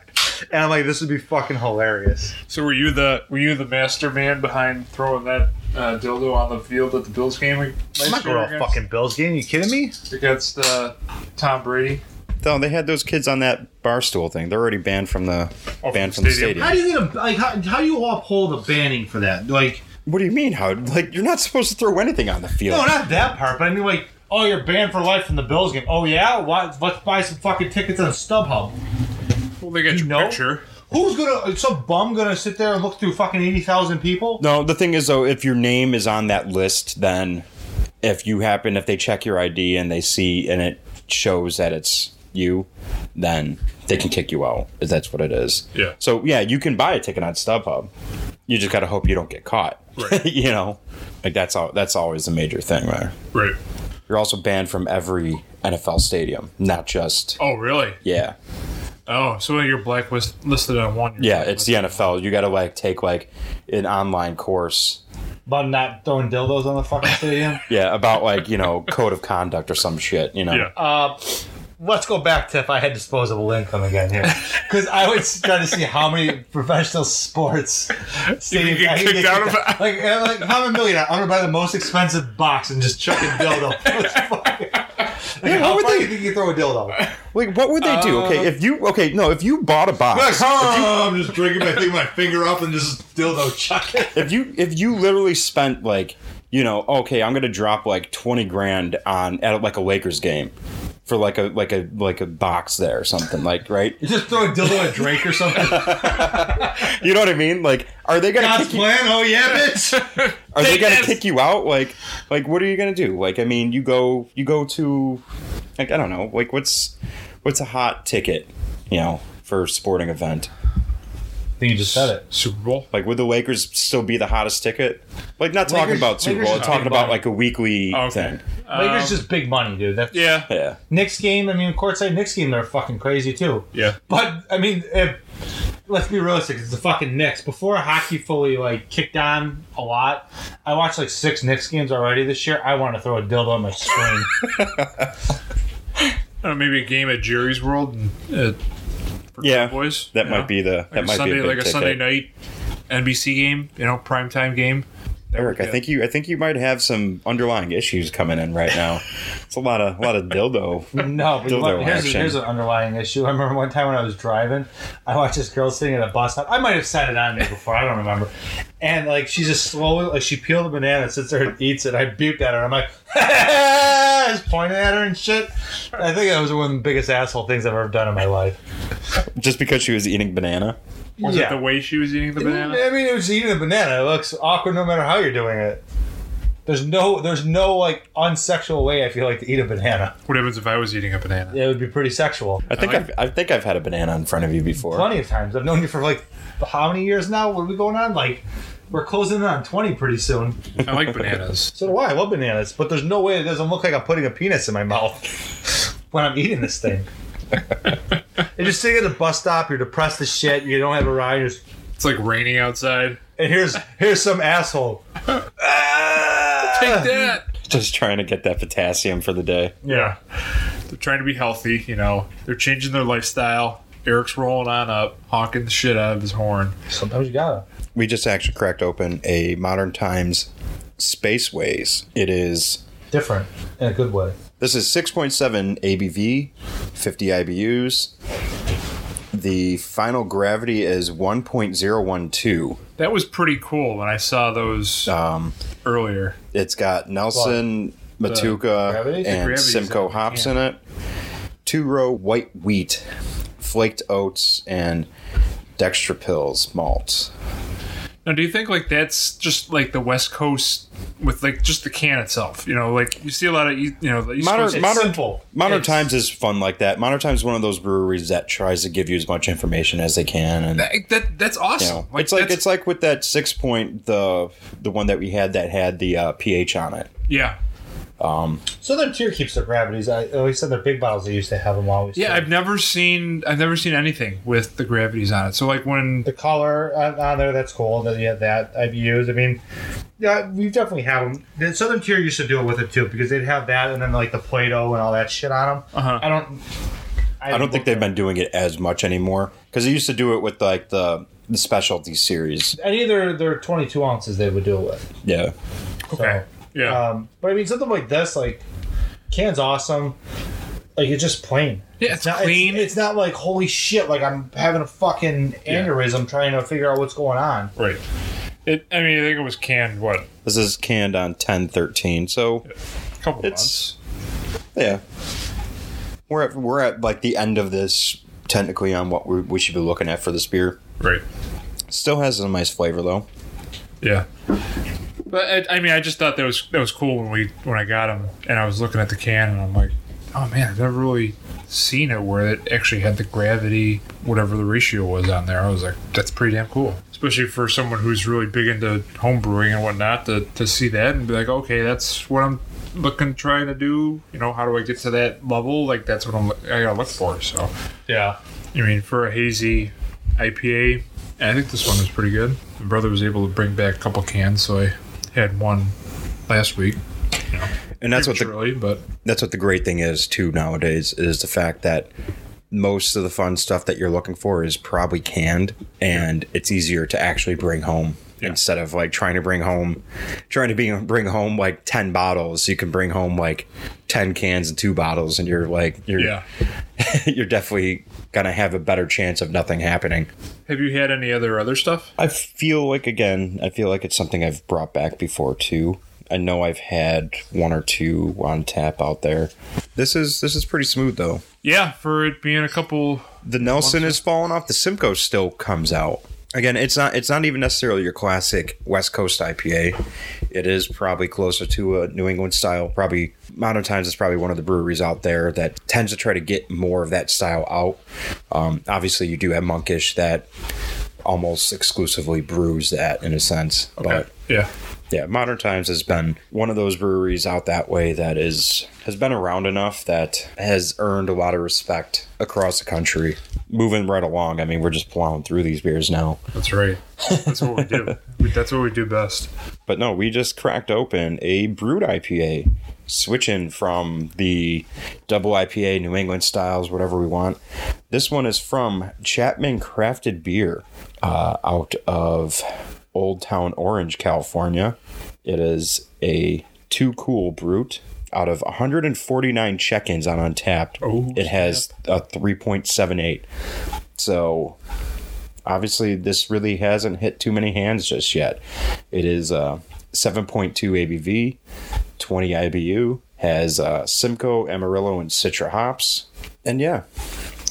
And I'm like, this would be fucking hilarious.
So were you the were you the masterman behind throwing that uh, dildo on the field at the Bills game? last
I'm not
year
going to a
against-
fucking Bills game. You kidding me?
against uh, Tom Brady.
No, they had those kids on that bar stool thing. They're already banned from the
Oh,
banned
from
from
the
the
stadium.
stadium.
do you get a, like? How, how do you uphold a banning for that? Like,
What do you mean? How like you're not supposed to throw anything on the field?
No, not that part, but I mean like, oh, you're banned for life from the Bills game. Oh yeah, Why, let's buy some fucking tickets on StubHub.
Well, they got your
know?
picture.
Who's gonna? is Some bum gonna sit there and look through fucking eighty thousand people?
No, the thing is though, if your name is on that list, then if you happen if they check your ID and they see and it shows that it's you, then they can kick you out. If that's what it is.
Yeah.
So yeah, you can buy a ticket on StubHub. You just gotta hope you don't get caught.
Right.
you know, like that's all. That's always the major thing there.
Right.
You're also banned from every NFL stadium, not just
Oh, really?
yeah.
Oh, so you're blacklist listed on one. you're
Yeah, it's the NFL. You got to like take like an online course.
About not throwing dildos on the fucking stadium.
Yeah, about like you know code of conduct or some shit. You know.
Yeah.
uh, let's go back to if I had disposable income again here, because I was trying to see how many professional sports stadiums
get
I could
kicked out of-
out. Like, uh, like if I'm a millionaire, I'm gonna buy the most expensive box and just chuck a dildo. Like, how
would
far
they-
do you think you throw a dildo?
Like, what would they do? Okay, if you okay, no, if you bought a box,
I'm just drinking my thing, my finger up, and just dildo chuck it.
if you if you literally spent like you know okay, I'm gonna drop like twenty grand on at like a Lakers game for like a like a like a box there or something like right.
Just throw a dildo at Drake or something.
You know what I mean? Like, are they gonna
God's
kick you,
plan. Oh yeah, bitch.
are they
Take
gonna
this.
kick you out? Like, like what are you gonna do? Like, I mean, you go you go to like I don't know like what's what's a hot ticket you know for a sporting event.
Then you just said it.
Super Bowl.
Like, would the Lakers still be the hottest ticket? Like, not talking
Lakers-
about Super
Lakers
Bowl,
should
talking
be
about
bottom.
like a weekly
Oh, okay.
thing.
Lakers just big money, dude. That's
Yeah.
Yeah.
Knicks game. I mean, courtside Knicks game. They're fucking crazy too.
Yeah.
But I mean, if, let's be realistic. It's the fucking Knicks. Before hockey fully like kicked on a lot, I watched like six Knicks games already this year. I want to throw a dildo on my screen.
Uh, maybe a game at Jerry's World. And, uh, for
Yeah,
Boys.
That might be the that
a
might
Sunday,
be a big
like a
ticket.
Sunday night NBC game. You know, prime time game. That
Eric,
would
I
be-
think you I think you might have some underlying issues coming in right now. It's a lot of a lot of dildo.
No, but
Dildo
what- here's,
action.
here's an underlying issue. I remember one time when I was driving, I watched this girl sitting at a bus stop. I might have said it on there before. I don't remember. And like she just slowly, like she peeled a banana, sits there and eats it. I beeped at her. I'm like, I was pointing at her and shit. I think that was one of the biggest asshole things I've ever done in my life.
Just because she was eating banana.
Was it the way she was eating the banana?
I mean, it was eating a banana. It looks awkward no matter how you're doing it. There's no, there's no like unsexual way I feel like to eat a banana.
What happens if I was eating a banana?
It would be pretty sexual.
I think
like-
I've, I think I've had a banana in front of you before.
plenty of times. I've known you for like how many years now? What are we going on? Like we're closing in on twenty pretty soon.
I like bananas.
So do I. I love bananas, but there's no way it doesn't look like I'm putting a penis in my mouth when I'm eating this thing. you're just sitting at a bus stop. You're depressed as shit. You don't have a ride. You're just,
It's like raining outside.
and here's here's some asshole. Ah!
that.
Just trying to get that potassium for the day.
Yeah. They're trying to be healthy, you know. They're changing their lifestyle. Eric's rolling on up, honking the shit out of his horn.
Sometimes you gotta.
We just actually cracked open a Modern Times Spaceways. It is
Different in a good way.
This is 6.7 ABV, 50 IBUs. The final gravity is 1.012.
That was pretty cool when I saw those
Um,
earlier.
it's got Nelson, Matuka,
gravity? The
and
gravity's
Simcoe
in it,
hops in it. Two row white wheat, flaked oats, and dextra pills malt.
Now, do you think like that's just like the West Coast with like just the can itself? You know, like you see a lot of you know the East
Modern-
Coast-
It's
Modern-
simple.
Modern
It's-
Times is fun like that. Modern Times is one of those breweries that tries to give you as much information as they can. And
Like, that that's
you
awesome.
know, it's like
that's-
it's like with that six point the the one that we had that had the uh, pH on it.
yeah,
Southern Tier keeps their gravities. I always said their big bottles. They used to have them always.
yeah. I've never seen I've never seen anything with the gravities on it. So like when
the color on, on there that's cool that you have that i've used i mean yeah we definitely have them the southern tier used to do it with it too because they'd have that and then like the play-doh and all that shit on them
Uh-huh.
i don't
I don't think they've been doing it as much anymore because they used to do it with like the the specialty series.
any of their, their 22 ounces they would do it with
Yeah,
okay yeah
so, um, but i mean something like this like can's awesome like it's just plain
yeah it's,
not,
clean.
It's, not like holy shit. Like I'm having a fucking
Yeah.
aneurysm trying to figure out what's going on.
right. It I mean I think it was canned what
this is canned on ten thirteen, so
a couple months.
it's yeah. We're at we're at like the end of this technically on what we, we should be looking at for this beer.
Right.
Still has a nice flavor though.
Yeah. But I, I mean, I just thought that was that was cool when we when I got them and I was looking at the can and I'm like, oh man, I've never really seen it where it actually had the gravity, whatever the ratio was on there. I was like, that's pretty damn cool, especially for someone who's really big into home brewing and whatnot to to see that and be like, okay, that's what I'm looking trying to do. You know, how do I get to that level? Like that's what I'm look- I gotta look for. So
Yeah.
I mean, for a hazy IPA, I think this one was pretty good. My brother was able to bring back a couple cans, so I had one last week.
And that's what the
Prematurely, but
that's what the great thing is too nowadays is the fact that most of the fun stuff that you're looking for is probably canned and it's easier to actually bring home instead of like trying to bring home trying to be, bring home like 10 bottles you can bring home like 10 cans and two bottles and you're like you're
yeah.
you're definitely gonna have a better chance of nothing happening
Have you had any other other stuff?
I feel like again, I feel like it's something I've brought back before too. I know I've had one or two on tap out there. This is this is pretty smooth though.
Yeah, for it being a couple.
The Nelson is falling off. The Simcoe still comes out. Again, it's not it's not even necessarily your classic West Coast IPA. It is probably closer to a New England style. Probably Modern Times is probably one of the breweries out there that tends to try to get more of that style out. Um, obviously, you do have Monkish that almost exclusively brews that in a sense, but
Yeah.
yeah, Modern Times has been one of those breweries out that way that is has been around enough that has earned a lot of respect across the country. Moving right along, I mean, we're just plowing through these beers now.
That's right. That's what we do. We- That's what we do best.
But no, we just cracked open a brewed IPA, switching from the double IPA, New England styles, whatever we want. This one is from Chapman Crafted Beer uh, out of Old Town Orange, California. It is a too cool brute. Out of 149 check-ins on Untapped,
Oh,
it has a 3.78. So obviously, this really hasn't hit too many hands just yet. It is uh, 7.2 ABV, 20 IBU, has uh, Simcoe, Amarillo, and Citra hops, and yeah,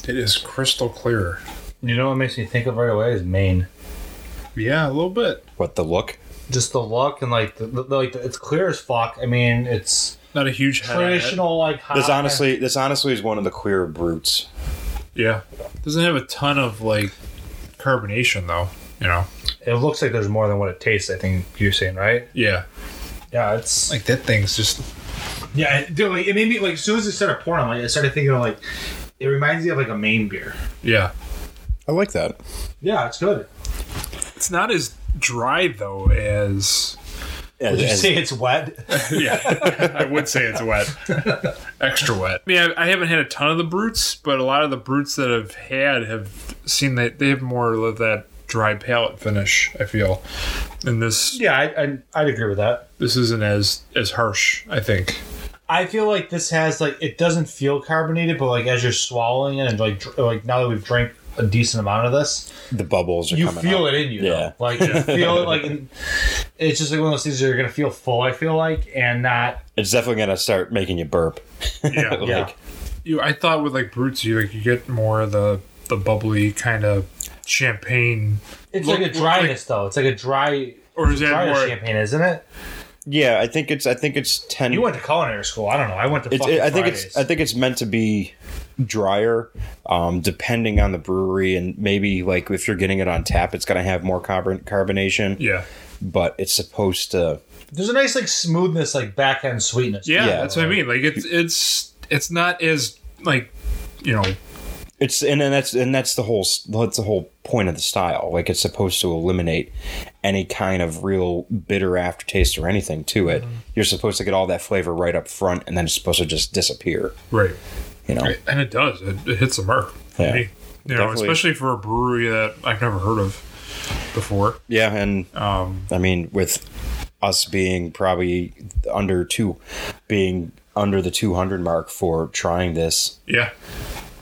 It is crystal clear.
You know what makes me think of right away is Maine.
Yeah, a little bit.
what the look?
Just the look and like, the, the- like the, it's clear as fuck. I mean, it's
Not a huge head on it.
traditional like. High.
This honestly, this honestly is one of the clearer brutes.
Yeah, doesn't have a ton of like carbonation though. You know.
it looks like there's more than what it tastes. I think you're saying right.
Yeah,
Yeah, it's
like that thing's just
yeah, it- dude. Like, it made me like as soon as it started pouring, I'm like I started thinking of like it reminds me of like a Maine beer.
yeah.
I like that.
Yeah, it's good.
It's not as dry though as
As,
Did you
as-
say it's wet?
yeah, I would say it's wet, extra wet. I mean, I, I haven't had a ton of the brutes, but a lot of the brutes that I've had have seen that they have more of that dry palate finish. I feel, and this
yeah, I, I I'd agree with that.
this isn't as as harsh. I think.
I feel like this has like it doesn't feel carbonated, but like as you're swallowing it and like dr- like now that we've drank a decent amount of this,
the bubbles are
you
coming
feel
up.
it in you.
Yeah.
Yeah, like you feel it like in- it's just like one of those things you're gonna feel full. I feel like and not
It's definitely gonna start making you burp.
Yeah,
Like,
yeah.
you. I thought with like brutes, you like you get more of the the bubbly kind of champagne,
It's
Look-
like a
look
dryness though. It's like a dry.
or is that
Dryer
more?
champagne, isn't it?
yeah. I think it's. I think it's ten.
You went to culinary school. I don't know. I went to.
it's,
fucking
it- I think
Fridays.
it's. I think it's meant to be drier, um, depending on the brewery, and maybe like if you're getting it on tap, it's gonna have more carbon carbonation.
Yeah.
But it's supposed to.
There's a nice like smoothness, like back end sweetness.
yeah,
Yeah.
That's what I mean. Like it's it's it's not as like you know
It's and then that's and that's the whole s- that's the whole point of the style. Like it's supposed to eliminate any kind of real bitter aftertaste or anything to
Mm-hmm.
it. You're supposed to get all that flavor right up front, and then it's supposed to just disappear.
right.
You know,
And it does. It, it hits the mark.
Yeah.
You know,
Definitely.
especially for a brewery that I've never heard of before.
yeah, and
Um,
I mean, with us being probably under two, being under the 200 mark for trying this,
yeah.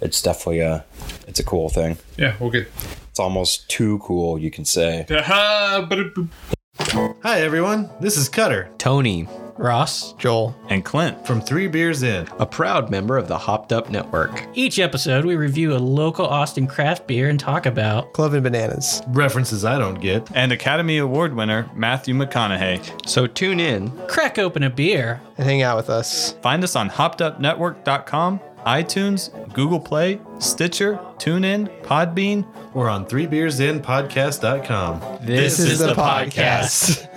it's definitely a, it's a cool thing.
Yeah, we'll get.
It's almost too cool, you can say.
Ha-ha, ba-da-boop.
Hi, everyone. This is Cutter
Tony
Ross, Joel,
and Clint,
from Three Beers In.
a proud member of the Hopped Up Network.
Each episode, we review a local Austin craft beer and talk about
Clove and bananas.
References I don't get.
And Academy Award winner Matthew McConaughey.
So tune in,
crack open a beer.
And hang out with us.
find us on
HoppedUpNetwork.com, iTunes, Google Play, Stitcher, TuneIn, Podbean.
We're on threebeersinpodcast.com.
This,
is the
podcast.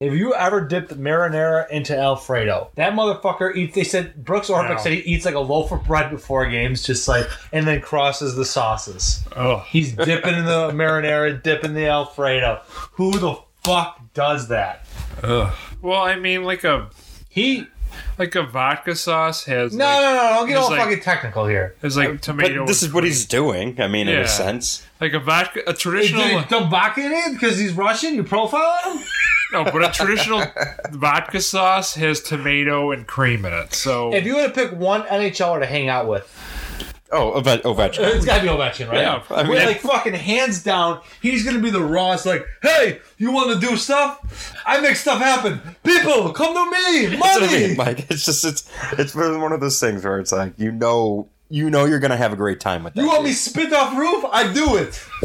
If you ever dipped marinara into Alfredo, that motherfucker eats. They said Brooks Orpik
Wow.
said he eats like a loaf of bread before games, just like and then crosses the sauces.
Oh,
He's dipping in the marinara, dipping the Alfredo. Who the fuck does that?
ugh. Well, I mean, like a
He
like a vodka sauce has
no
like,
no no. Don't get
he's
all
like-
fucking technical here.
has like tomato.
But this is what he's doing. I mean, in
Yeah.
a sense,
like a vodka, a
Is
traditional.
there Dumbaka in it because he's Russian? You profiling him?
No, but a traditional vodka sauce has tomato and cream in it. So
If you were to pick one NHLer er to hang out with,
oh, Ove- Ovechkin.
It's gotta be Ovechkin, right?
Yeah, I mean-
We're like fucking hands down. He's gonna be the rawest. Like, hey, you want to do stuff? I make stuff happen. People, come to me.
That's what I mean,
Money.
Mike. It's just it's it's really one of those things where it's like you know you know you're gonna have a great time with that.
You want me spit off roof? I do it.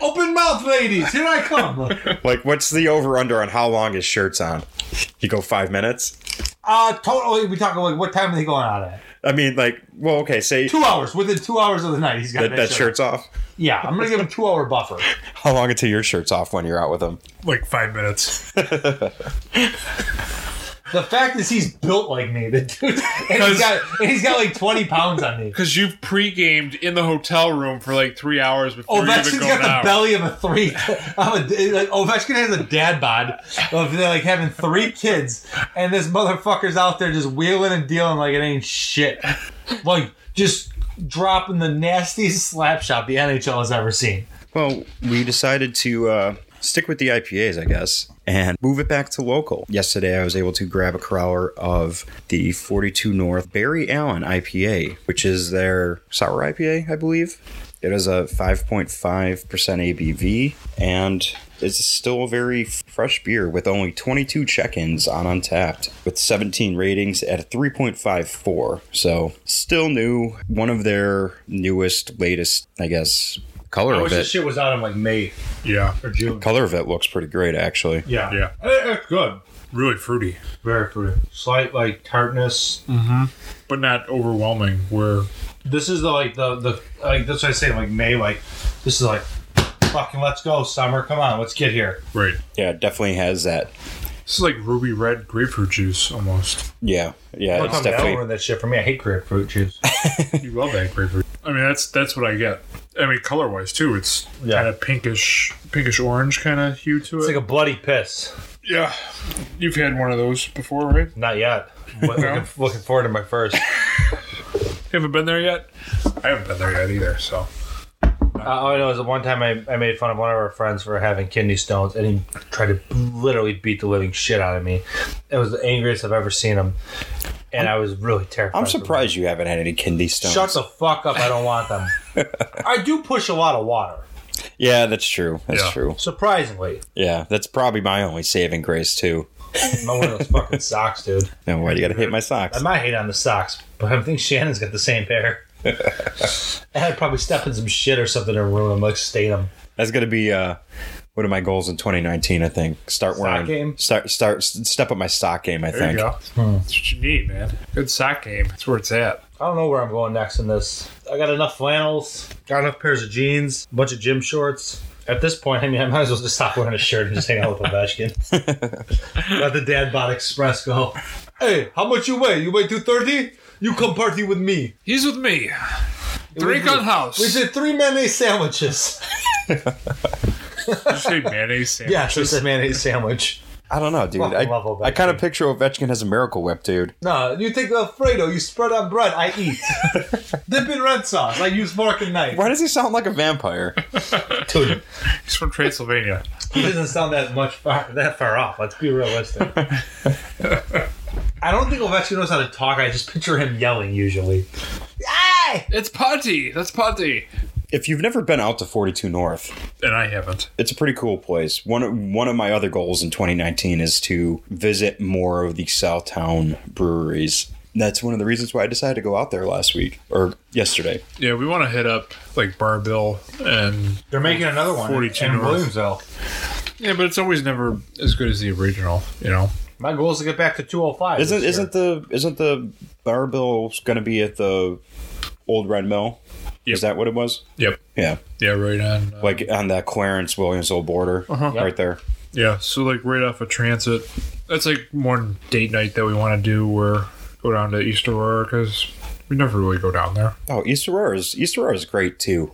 Open mouth, ladies. Here I come.
like what's the over under on how long his shirt's on? You go five minutes.
Uh, totally. We talking like what time are they going out at?
I mean, like, well, okay, say
Two hours. Within two hours of the night, he's got
that,
that,
that
shirt.
shirt's off.
Yeah, I'm gonna give him a two hour buffer.
How long until your shirt's off when you're out with him?
like five minutes.
The fact is, he's built like me, the dude, and he's got and he's got like 20 pounds on me.
Because you've pre-gamed in the hotel room for like three hours before you even
Ovechkin's
go
Oh, got the
out.
belly of a three. I'm a, like, Ovechkin has a dad bod of like having three kids, and this motherfucker's out there just wheeling and dealing like it ain't shit. Like just dropping the nastiest slap shot the NHL has ever seen.
Well, we decided to uh, stick with the IPAs, I guess, and move it back to local. Yesterday, I was able to grab a crowler of the 42 North Barry Allen IPA, which is their sour IPA, I believe. It is a 5.5% ABV, and it's still a very fresh beer with only 22 check ins on Untapped, with 17 ratings at a 3.54. So, still new, one of their newest, latest, I guess, color
I
of
wish
it
this shit was out in like May
Yeah.
or June.
color of it looks pretty great actually
Yeah,
Yeah.
Eh, it's good.
Really fruity,
Very fruity. Slight like tartness.
but not overwhelming. Where
This is the like the the like that's what I say like May like this is like fucking let's go summer. Come on, let's get here.
right,
yeah it definitely has that
this is like ruby red grapefruit juice almost.
yeah yeah
Don't
it's
tell me I don't
definitely
order that shit for me. I hate grapefruit juice.
You love that grapefruit. I mean, that's that's what I get. I mean, color wise too, it's
Yeah.
kind of pinkish, pinkish orange kind of hue to
It's
it.
like a bloody piss.
yeah, you've had one of those before, right?
Not yet. But looking, looking forward to my first. Uh,
You haven't been there yet. I haven't been there yet either. So
Uh, all I know is that one time I, I made fun of one of our friends for having kidney stones, and he tried to literally beat the living shit out of me. It was the angriest I've ever seen him, and i was really terrified.
i'm
for him.
surprised you haven't had any kidney stones
Shut the fuck up! I don't want them. I do push a lot of water,
yeah that's true that's
Yeah.
true
surprisingly.
yeah that's probably my only saving grace too
I'm not one of those fucking socks, dude.
no why do you gotta hit my socks
I might hate on the socks, but I think Shannon's got the same pair. and I'd probably step in some shit or something and ruin them, like stain them.
that's gonna be uh one of my goals in 2019 i think start wearing
game?
start start s- step up my sock game i
there
think
you go.
Hmm.
That's what you need, man. Good sock game. That's where it's at.
I don't know where I'm going next in this. I got enough flannels, got enough pairs of jeans, a bunch of gym shorts. At this point, I mean, I might as well just stop wearing a shirt and just hang out with Ovechkin. Let the dad bod express go. Hey, how much you weigh? You weigh 230? You come party with me.
He's with me. Drink
We-
on house.
We did three mayonnaise sandwiches.
say mayonnaise sandwiches.
Yeah, she said mayonnaise sandwich.
i don't know dude
Well,
i,
love Ovechkin.
I kind of picture ovechkin as a miracle whip dude
No, you take Alfredo, you spread on bread, I eat. Dip in red sauce, I use fork and knife.
why does he sound like a vampire
Dude,
He's from Transylvania.
he doesn't sound that much far, that far off. Let's be realistic. I don't think Ovechkin knows how to talk. I just picture him yelling usually.
It's Potty. That's Potty.
if you've never been out to 42 north
And I haven't.
it's a pretty cool place. One of, one of my other goals in 2019 is to visit more of the Southtown breweries. That's one of the reasons why I decided to go out there last week or yesterday.
Yeah, we want to hit up like Bar Bill and
They're making another one
42
in
North.
Williamsville.
yeah, but it's always never as good as the original, you know.
My goal is to get back to 205.
Isn't
this year.
isn't the isn't the bar bill going to be at the old Red Mill?
Yep.
Is that what it was?
Yep.
Yeah,
Yeah, right on. uh,
like on that Clarence Williamsville border,
Uh-huh.
right there.
yeah, so like right off of Transit. That's like one date night that we want to do where go down to East Aurora because we never really go down there.
Oh, East Aurora is East Aurora is great too.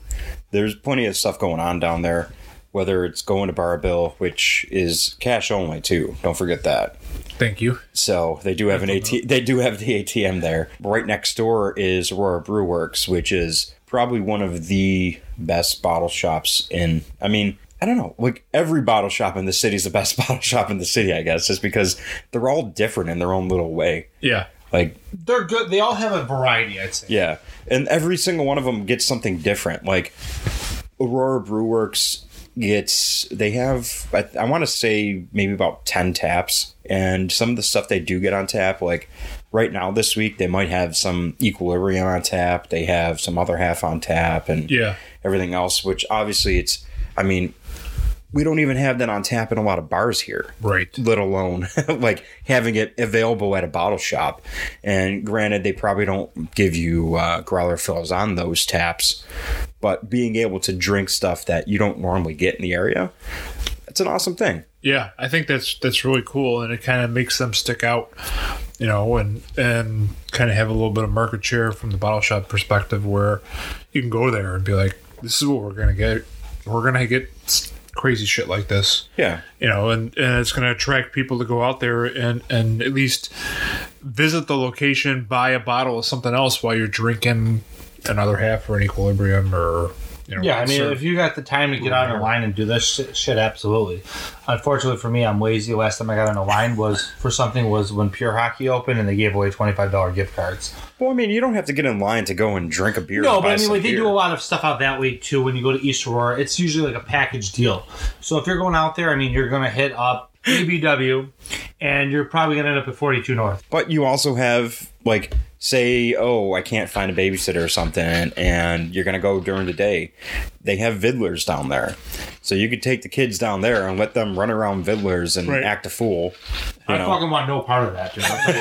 There's plenty of stuff going on down there. Whether it's going to Bar Bill, which is cash only too. Don't forget that.
Thank you.
So they do have an AT. They do have the ATM there. Right next door is Aurora Brew Works, which is probably one of the best bottle shops in. I mean, I don't know. Like every bottle shop in the city is the best bottle shop in the city, I guess, just because they're all different in their own little way.
Yeah.
Like
They're good. They all have a variety, I'd say.
yeah, and every single one of them gets something different. Like Aurora Brewworks gets they have I, I want to say maybe about 10 taps and some of the stuff they do get on tap like right now this week they might have some equilibrium on tap they have some other half on tap and
Yeah.
everything else which obviously it's I mean we don't even have that on tap in a lot of bars here
Right.
let alone like having it available at a bottle shop. And granted, they probably don't give you uh, growler fills on those taps, but being able to drink stuff that you don't normally get in the area, that's an awesome thing.
Yeah, I think that's that's really cool, and it kind of makes them stick out, you know, and and kind of have a little bit of market share from the bottle shop perspective, where you can go there and be like, "This is what we're gonna get. We're gonna get s- crazy shit like this,"
Yeah,
you know, and and it's gonna attract people to go out there and and at least visit the location, buy a bottle of something else while you're drinking another half or an equilibrium or you know,
Yeah, I mean,
serve.
if you got the time to get on a line and do this shit, shit, absolutely. Unfortunately for me, I'm lazy. Last time I got on a line was for something was when Pure Hockey opened and they gave away twenty five dollar gift cards.
Well, I mean, you don't have to get in line to go and drink a beer.
No,
and
but
buy
I mean,
some
like they
beer.
do a lot of stuff out that way too. When you go to East Aurora, it's usually like a package deal. So if you're going out there, I mean, you're gonna hit up ABW, and you're probably gonna end up at forty two North.
But you also have like say, oh, I can't find a babysitter or something, and you're gonna go during the day. They have Vidlers down there, so you could take the kids down there and let them run around Vidlers and
Right.
act a fool. You
I
know,
fucking want no part of that, dude. I'll tell you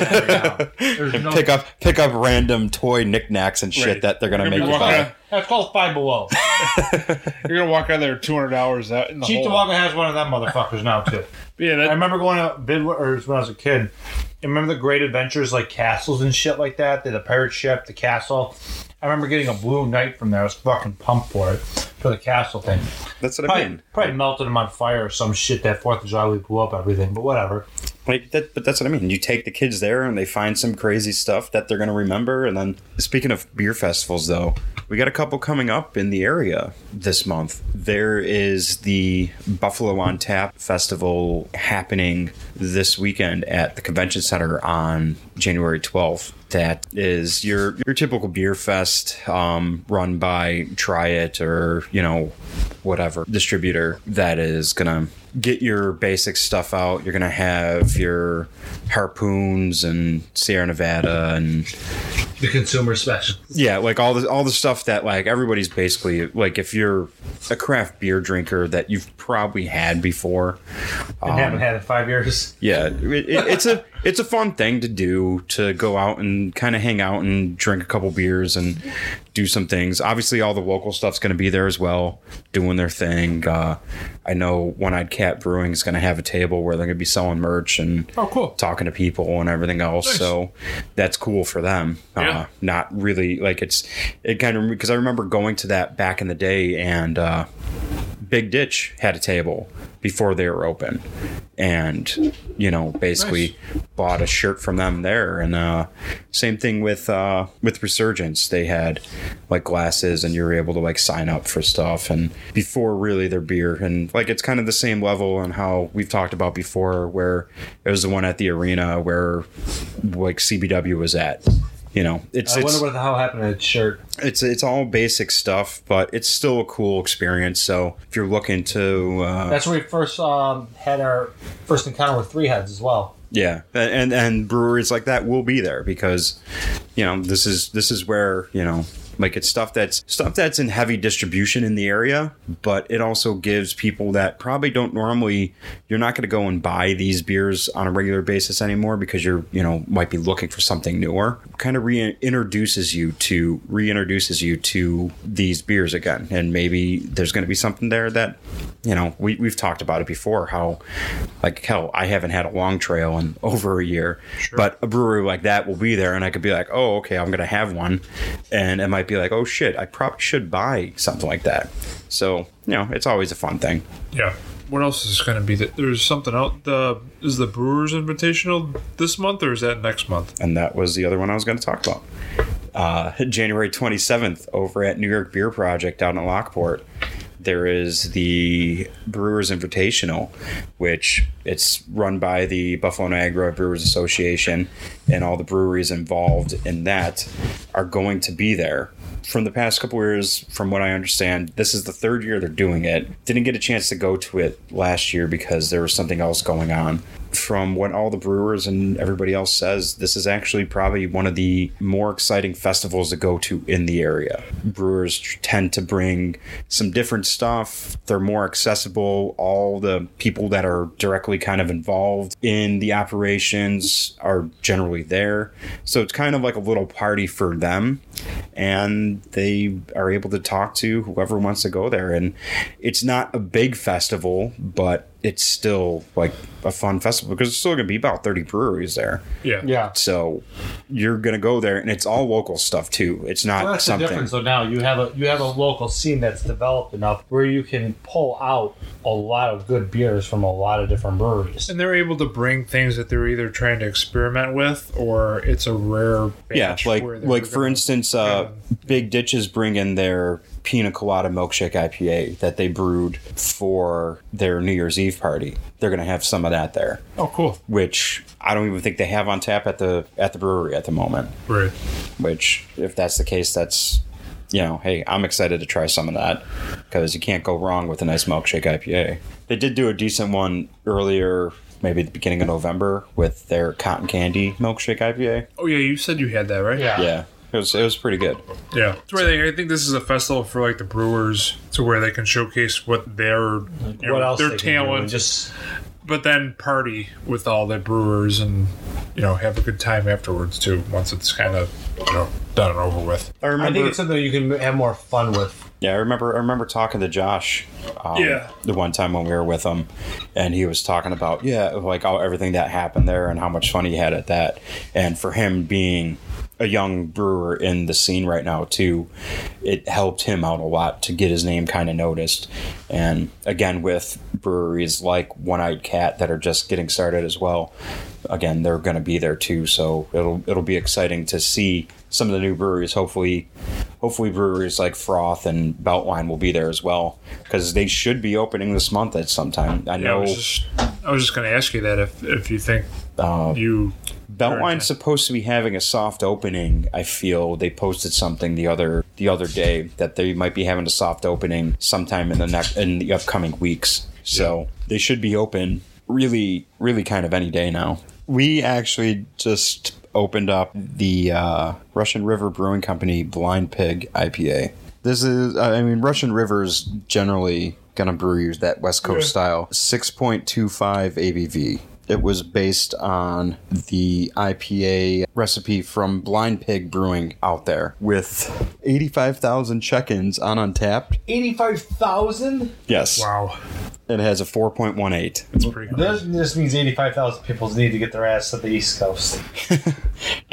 that right now. There's no-
pick up pick up random toy knickknacks and shit
Right.
that they're gonna
You're
make
gonna
you
be walking
buy.
out-
That's called Five Below.
You're gonna walk out there 200 hours out in the
Chief
hole.
DeWaga has one of them motherfuckers now too.
yeah, that,
I remember going to Bid or when I was a kid. I remember the great adventures like castles and shit like that. The, the pirate ship, the castle. I remember getting a blue knight from there. I was fucking pumped for it for the castle thing.
That's what I
Probably,
mean.
probably melted him on fire or some shit that Fourth of July we blew up everything, but whatever.
Like that, but that's what I mean. You take the kids there, and they find some crazy stuff that they're gonna remember. And then, speaking of beer festivals, though, we got a couple coming up in the area this month. There is the Buffalo on Tap festival happening this weekend at the convention center on January twelfth. That is your your typical beer fest, um, run by Try It or you know whatever distributor that is gonna get your basic stuff out. You're gonna have your harpoons and Sierra Nevada and
The consumer special.
yeah, like all the all the stuff that like everybody's basically like if you're a craft beer drinker that you've probably had before.
I haven't had it in five years.
Yeah, it, it, it's a it's a fun thing to do to go out and kind of hang out and drink a couple beers and do some things. Obviously, all the local stuff's going to be there as well, doing their thing. Uh, I know One Eyed Cat Brewing is going to have a table where they're going to be selling merch and
Oh, cool.
talking to people and everything else. So that's cool for them.
Yeah.
Uh, not really like it's it kind of because I remember going to that back in the day and uh, Big Ditch had a table before they were open, and you know basically bought a shirt from them there. And uh, same thing with uh, with Resurgence, they had like glasses and you were able to like sign up for stuff and before really their beer and like it's kind of the same level on how we've talked about before where it was the one at the arena where like CBW was at. You know, it's
I
it's,
wonder what the hell happened to that shirt.
it's it's all basic stuff, but it's still a cool experience. So if you're looking to, uh,
That's where we first um, had our first encounter with three heads as well.
yeah, and and breweries like that will be there because, you know, this is this is where you know. Like it's stuff that's stuff that's in heavy distribution in the area, but it also gives people that probably don't normally you're not going to go and buy these beers on a regular basis anymore because you're you know might be looking for something newer. Kind of reintroduces you to reintroduces you to these beers again, and maybe there's going to be something there that you know we, we've talked about it before how like hell i haven't had a long trail in over a year but a brewery like that will be there and i could be like oh okay i'm gonna have one and it might be like oh shit i probably should buy something like that so you know it's always a fun thing
Yeah. What else is going to be? That there's something out. The is the Brewers Invitational this month or is that next month?
and that was the other one i was gonna talk about uh, january 27th over at new york beer project out in lockport there is the Brewers Invitational, which it's run by the Buffalo Niagara Brewers Association, and all the breweries involved in that are going to be there. From the past couple years, from what I understand, this is the third year they're doing it. Didn't get a chance to go to it last year because there was something else going on. From what all the brewers and everybody else says, this is actually probably one of the more exciting festivals to go to in the area. Brewers tend to bring some different stuff. They're more accessible. All the people that are directly kind of involved in the operations are generally there. So it's kind of like a little party for them. And they are able to talk to whoever wants to go there. And it's not a big festival, but it's still like a fun festival because there's still going to be about 30 breweries there.
Yeah.
Yeah.
So you're going to go there and it's all local stuff too. It's not
Well, that's
something.
the difference. So now you have a you have a local scene that's developed enough where you can pull out a lot of good beers from a lot of different breweries.
And they're able to bring things that they're either trying to experiment with or it's a rare.
yeah
batch
like
where they're
like for
gonna-
instance uh big ditches bring in their pina colada milkshake IPA that they brewed for their New Year's Eve party. They're gonna have some of that there,
Oh, cool.
which I don't even think they have on tap at the at the brewery at the moment.
Right.
Which, if that's the case, that's you know, hey, I'm excited to try some of that because you can't go wrong with a nice milkshake IPA. They did do a decent one earlier, maybe at the beginning of November, with their cotton candy milkshake IPA.
Oh yeah, you said you had that, right?
Yeah.
Yeah, it was it was pretty good.
Yeah. It's where they, I think this is a festival for like the brewers to where they can showcase what their you
What
know,
else?
their
they can do?
talent
Just
but then party with all the brewers and you know have a good time afterwards too once it's kind of you know done and over with
I remember.
I think it's something you can have more fun with.
Yeah, I remember. I remember talking to Josh. Um,
Yeah.
The one time when we were with him, and he was talking about yeah, like all, everything that happened there and how much fun he had at that, and for him being a young brewer in the scene right now too, it helped him out a lot to get his name kind of noticed. And again, with breweries like One Eyed Cat that are just getting started as well, again they're going to be there too. So it'll it'll be exciting to see some of the new breweries. Hopefully, hopefully breweries like Froth and Beltline will be there as well because they should be opening this month at some time. I
yeah, I
know
was just I was just gonna ask you that if if you think
Um,
uh,
you
Beltline's supposed to be having a soft opening. I feel they posted something the other the other day that they might be having a soft opening sometime in the next in the upcoming weeks. So they should be open really really kind of any day now. We actually just opened up the uh, Russian River Brewing Company Blind Pig IPA. This is uh, I mean Russian River's generally gonna brew you that West Coast style. Six point two five ABV. It was based on the IPA recipe from Blind Pig Brewing out there with 85,000 check ins on Untapped.
Eighty-five thousand.
Yes.
wow
It has a 4.18.
that's pretty cool
This, this means eighty-five thousand people need to get their ass to the East Coast.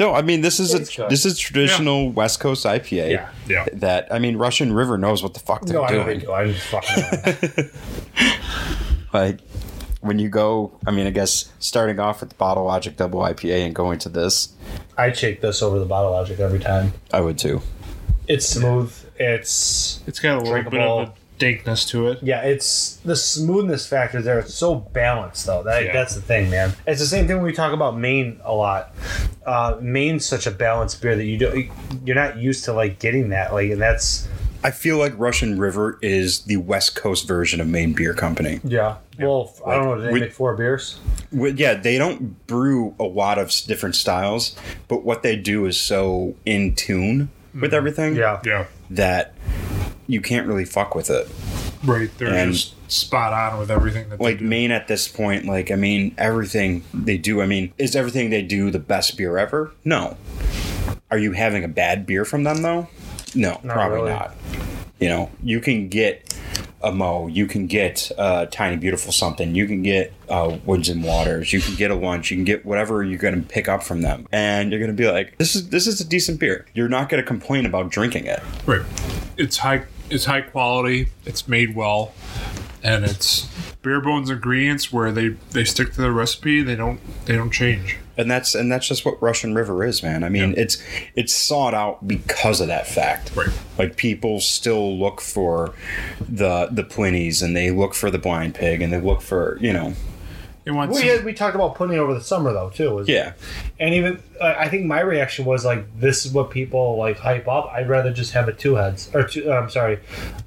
No, I mean, this is
It's uh,
a
good.
this is traditional West Coast IPA.
yeah yeah
That, I mean, Russian River knows what the fuck they're
No, I don't
doing.
think do. I'm fucking.
like when you go i mean i guess starting off with the bottle logic double ipa and going to this
I shake this over the bottle logic every time.
i would too
It's smooth. It's
It's got a little
Drinkable.
bit of a dankness to it.
Yeah, it's the smoothness factor there. It's so balanced, though. That,
Yeah.
That's the thing, man. It's the same thing when we talk about Maine a lot. Uh, Maine's such a balanced beer that you don't, you're not used to like getting that. Like, and that's
i feel like russian river is the west coast version of maine beer company
yeah. Well, I don't know. Did they
we-
make four beers?
Well, yeah they don't brew a lot of s- different styles but what they do is so in tune with everything
Yeah.
yeah
that you can't really fuck with it
right they're
And-
just spot on with everything that
like
they do.
Maine at this point, like I mean, everything they do. I mean, is everything they do the best beer ever? No. Are you having a bad beer from them though? No, probably
really.
not. You know, you can get a Mo, you can get a tiny beautiful something, you can get uh, Woods and Waters, you can get a lunch, you can get whatever you're going to pick up from them, and you're going to be like, this is this is a decent beer. You're not going to complain about drinking it.
right it's high it's high quality it's made well and it's bare bones ingredients where they they stick to the recipe they don't they don't change
and that's and that's just what Russian River is, man. I mean, it's it's sought out because of that fact.
Right.
Like people still look for the the Plinies and they look for the Blind Pig and they look for you know
it wants
We had, we talked about putting it over the summer though too. was-
yeah
And even uh, I I think my reaction was like, this is what people like hype up. I'd rather just have a two heads or two. I'm sorry,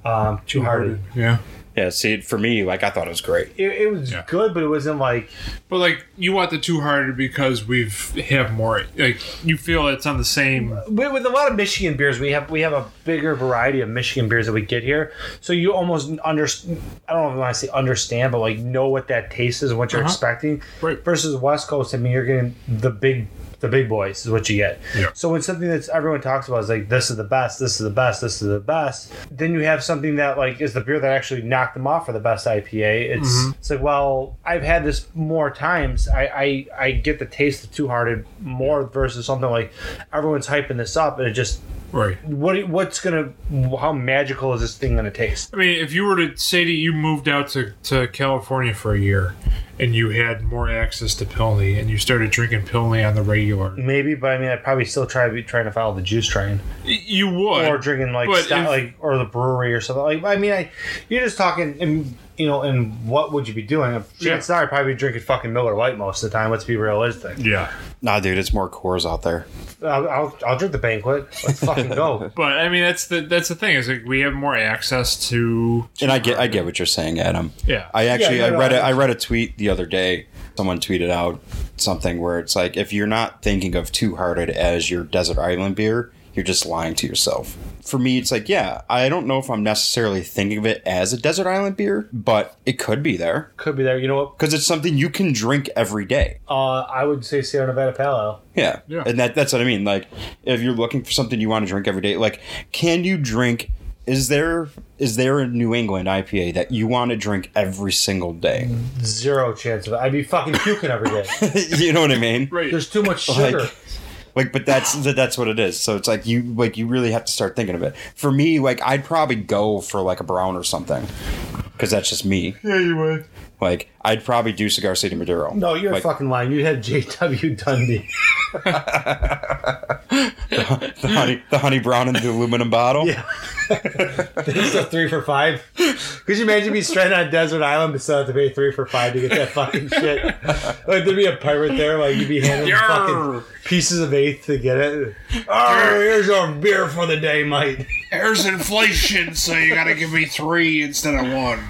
um, two hearted.
yeah
yeah. See, for me, like I thought it was great.
It, it was
Yeah.
good, but it wasn't like
But like you want the two hearted because we've have more like you feel it's on the same
with, with a lot of Michigan beers, we have we have a bigger variety of Michigan beers that we get here. So you almost under I don't know if I want to say understand, but like know what that taste is and what you're
Uh-huh.
expecting.
Right.
Versus West Coast, I mean, you're getting the big the big boys is what you get.
Yeah.
So when something that's everyone talks about is like this is the best, this is the best, this is the best, then you have something that like is the beer that actually knocked them off for the best IPA. It's it's like well, I've had this more times. I I, I get the taste of Two Hearted more versus something like everyone's hyping this up and it just
Right.
What what's gonna how magical is this thing gonna taste?
I mean, if you were to say that you moved out to, to California for a year and you had more access to Pilney and you started drinking Pilney on the regular, y-
Maybe, but I mean, I'd probably still try to be trying to follow the juice train
you would.
or drinking like
but
stout,
if-
like or the brewery or something. Like I mean, I you're just talking, and you know, and what would you be doing? If
Yeah.
Chance and I are probably drinking fucking Miller Lite most of the time. Let's be realistic.
yeah.
Nah, dude, it's more cores out there.
I'll, I'll, I'll drink the banquet. Let's fucking go.
But I mean, that's the that's the thing is like we have more access to
And I get I get what you're saying, Adam.
yeah.
I actually
Yeah, no,
I read
no,
a, I read a tweet the other day. Someone tweeted out something where it's like if you're not thinking of Two Hearted as your desert island beer, you're just lying to yourself. For me, it's like yeah, I don't know if I'm necessarily thinking of it as a desert island beer, but it could be there
Could be there. You know what?
because it's something you can drink every day.
Uh, I would say Sierra Nevada Palo.
Yeah.
Yeah.
And that, that's what I mean. Like, if you're looking for something you want to drink every day, like, can you drink? Is there is there a New England IPA that you want to drink every single day?
Zero chance of it. I'd be fucking puking every day.
you know what I mean?
right.
There's too much sugar.
Like- Like, but that's that- that's what it is. So it's like you like you really have to start thinking of it. For me, like I'd probably go for like a brown or something, because that's just me.
Yeah, you would.
Like I'd probably do Cigar City Maduro.
no, you're
like,
fucking lying. You had J.W. Dundee.
the honey, the honey brown in the aluminum bottle.
Yeah. It's a three for five. Could you imagine being stranded on a desert island but still have to pay three for five to get that fucking shit? Like there'd be a pirate there, like you'd be handing him fucking pieces of eighth to get it. Oh, here's our beer for the day, mate.
There's inflation, so you gotta give me three instead of one.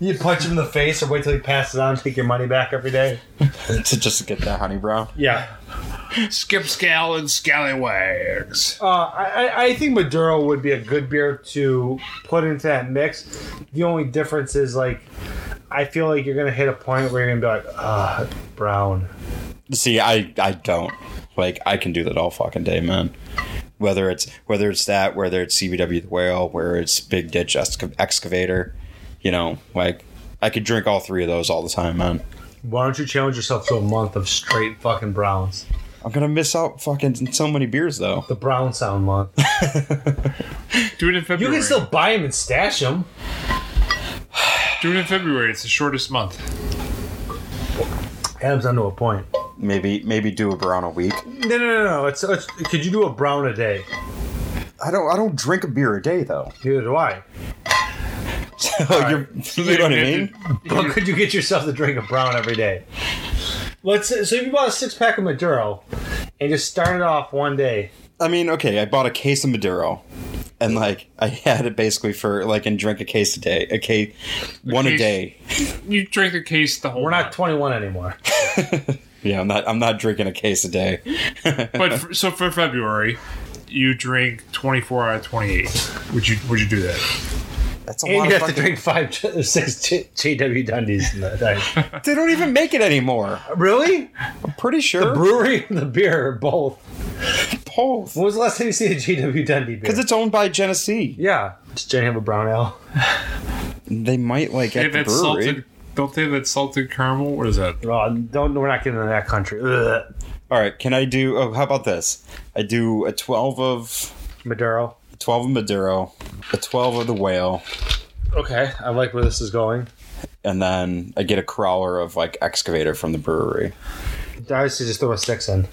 You punch him in the face or wait till he passes on, take your money back every day.
to just get that honey brown.
Yeah.
Skip Scal and Scallywags.
Uh, I, I- I think Maduro would be a good beer to put into that mix. The only difference is like, I feel like you're gonna hit a point where you're gonna be like, ah, brown.
See, I I don't like I can do that all fucking day, man. Whether it's whether it's that, whether it's CBW the whale, where it's big ditch Exca- excavator, you know, like I could drink all three of those all the time, man.
Why don't you challenge yourself to a month of straight fucking browns?
I'm gonna miss out fucking so many beers though.
The brown sound month.
Do it in February.
You can still buy them and stash them.
do it in February. It's the shortest month.
Adam's onto a point.
Maybe maybe do a brown a week.
No, no, no, no. It's, it's could you do a brown a day?
I don't I don't drink a beer a day though.
Neither do I.
So you're, you know what I mean?
But could you get yourself to drink a brown every day? Let's so if you bought a six pack of Maduro and just started off one day.
I mean, okay, I bought a case of Maduro. And like I had it basically for like and drink a case a day, a case, one a
case-
day.
You drink the case the whole.
We're not 21 anymore.
Yeah, I'm not. I'm not drinking a case a day.
But for, so for February, you drink 24 out of 28. Would you Would you do that?
That's a
And
lot
you
of
have to
fucking.
drink five, J- six J- JW Dundies in that day.
They don't even make it anymore.
Really?
I'm pretty sure.
Brewery and the beer are both.
Both,
When was the last time you see a JW Dundee beer?
because it's owned by Genesee.
Yeah. Does Jen have a brown ale?
They might like
They
at
have
the
that
brewery.
salted. Don't they have that salted caramel? What is that?
Oh, don't. We're not getting into that country. Ugh.
All right, can I do? Oh, how about this? I do a twelve of
Maduro.
twelve of Maduro, a twelve of the whale,
Okay, I like where this is going.
and then I get a crawler of like excavator from the brewery.
I used to just throw a six in.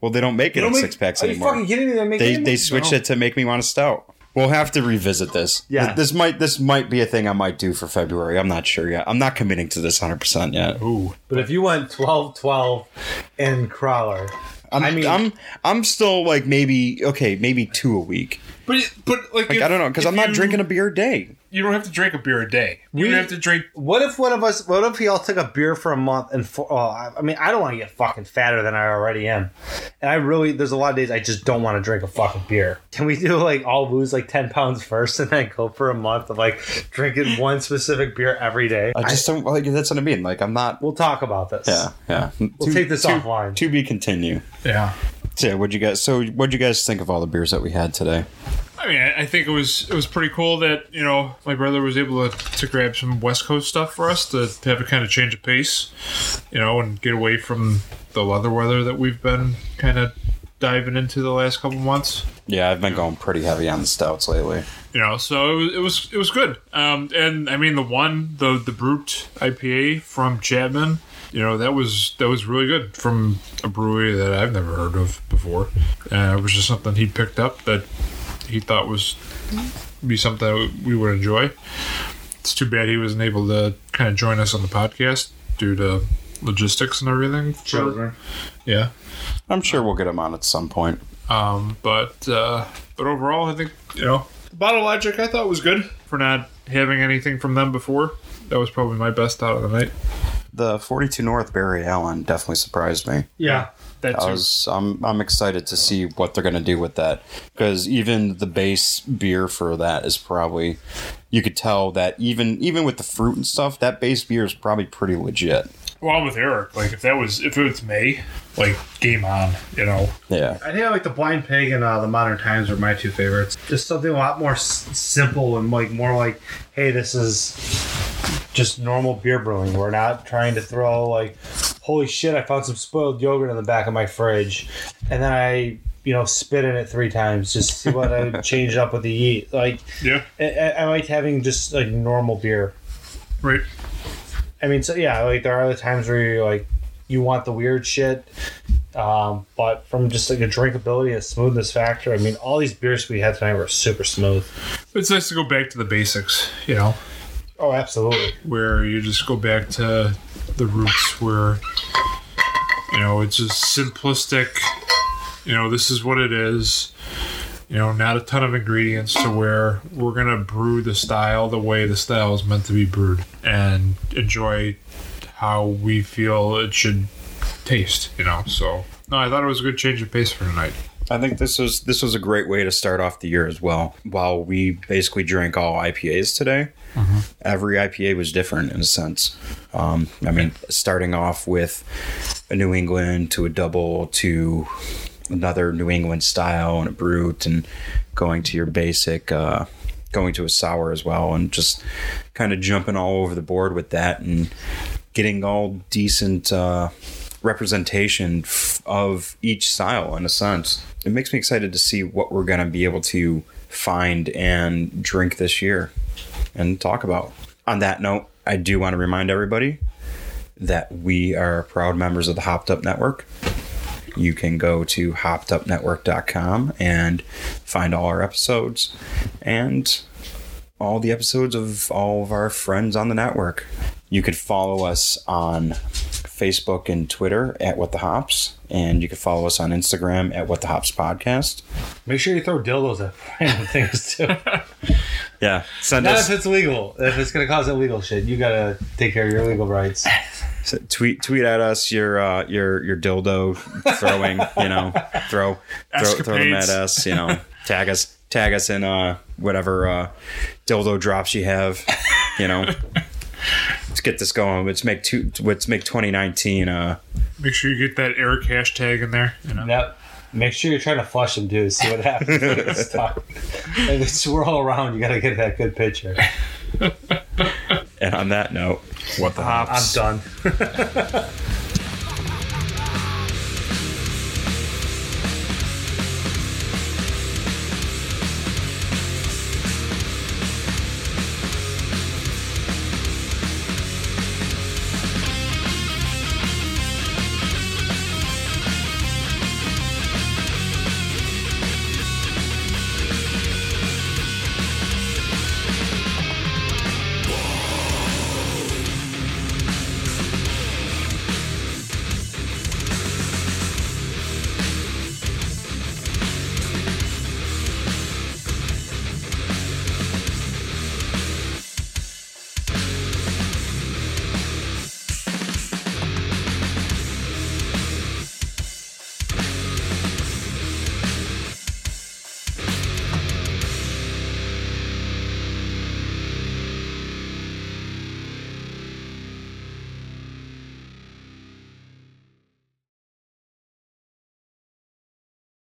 Well, they don't make it in six packs
Are you
anymore.
fucking kidding me? They're making
They
them?
they switched it to make me want a stout. We'll have to revisit this.
Yeah.
Th- this might this might be a thing I might do for February. I'm not sure yet. I'm not committing to this 100 percent yet.
But if you went 12 12 and crawler,
I'm,
I
I
mean-
mean, I'm I'm still like maybe okay, maybe two a week.
But but like,
Like I don't know because I'm not drinking a beer a day.
You don't have to drink a beer a day. You
We-
don't have to drink.
what if one of us, what if we all took a beer for a month and, for, oh, I, I mean, I don't want to get fucking fatter than I already am. And I really, there's a lot of days I just don't want to drink a fucking beer. Can we do like all lose like 10 pounds first and then go for a month of like drinking one specific beer every day?
I just don't like that's what I mean. Like I'm not.
We'll talk about this.
Yeah, yeah.
We'll take this offline.
To be continue.
Yeah.
So yeah, what'd you guys? So what'd you guys think of all the beers that we had today?
I mean, I I think it was it was pretty cool that you know my brother was able to, to grab some West Coast stuff for us to, to have a kind of change of pace, you know, and get away from the leather weather that we've been kind of diving into the last couple months.
Yeah, I've been going pretty heavy on the stouts lately.
You know, so it was it was, it was good. Um, and I mean the one the the brute IPA from Chapman. You know that was that was really good from a brewery that I've never heard of before. Uh, it was just something he picked up that he thought was be something we would enjoy. It's too bad he wasn't able to kind of join us on the podcast due to logistics and everything.
Children.
Yeah.
I'm sure we'll get them on at some point.
Um, but uh, but overall, I think you know the bottle logic I thought was good for not having anything from them before. That was probably my best out of the night.
The 42 North Barry Allen definitely surprised me.
Yeah, that
I
too.
was I'm I'm excited to see what they're gonna do with that because even the base beer for that is probably you could tell that even even with the fruit and stuff that base beer is probably pretty legit.
well, I'm with Eric. Like if that was if it was May, like game on. You know,
Yeah,
I think I like the Blind Pig and uh, the Modern Times were my two favorites. Just something a lot more s- simple and like more like, hey, this is just normal beer brewing. We're not trying to throw like, holy shit, I found some spoiled yogurt in the back of my fridge, and then I you know spit in it three times just to see what I would change up with the yeast. Like,
yeah,
I, I I liked having just like normal beer.
right.
I mean, so yeah, like there are the times where you like you want the weird shit, um, but from just like a drinkability and smoothness factor, I mean, all these beers we had tonight were super smooth.
It's nice to go back to the basics. You know,
Oh, absolutely.
where you just go back to the roots, where you know it's just simplistic. You know, this is what it is. you know, not a ton of ingredients to where we're gonna brew the style the way the style is meant to be brewed and enjoy how we feel it should taste, you know. So no, I thought it was a good change of pace for tonight.
I think this was this was a great way to start off the year as well. While we basically drank all IPAs today, every IPA was different in a sense. Um, I mean, starting off with a New England to a double to another New England style and a brute, and going to your basic, uh, going to a sour as well, and just kind of jumping all over the board with that and getting all decent uh, representation f- of each style in a sense. It makes me excited to see what we're going to be able to find and drink this year and talk about. On that note, I do want to remind everybody that we are proud members of the Hopped Up Network. You can go to hoppedupnetwork.com and find all our episodes and all the episodes of all of our friends on the network. You could follow us on Facebook and Twitter at What the Hops, and you can follow us on Instagram at What the Hops Podcast.
Make sure you throw dildos at random things too.
Yeah, send
Not
us
if it's legal. If it's gonna cause illegal shit, you gotta take care of your legal rights.
So tweet tweet at us your uh, your your dildo throwing you know throw throw, throw them
Escapades.
at us you know tag us tag us in uh whatever uh dildo drops you have you know let's get this going let's make two let's make 2019 uh
Make sure you get that Eric hashtag in there. You know?
Now, make sure you're trying to flush them too. See what happens. when you stop. If they swirl around, you gotta get that good picture.
and on that note
What the hops?
I'm done.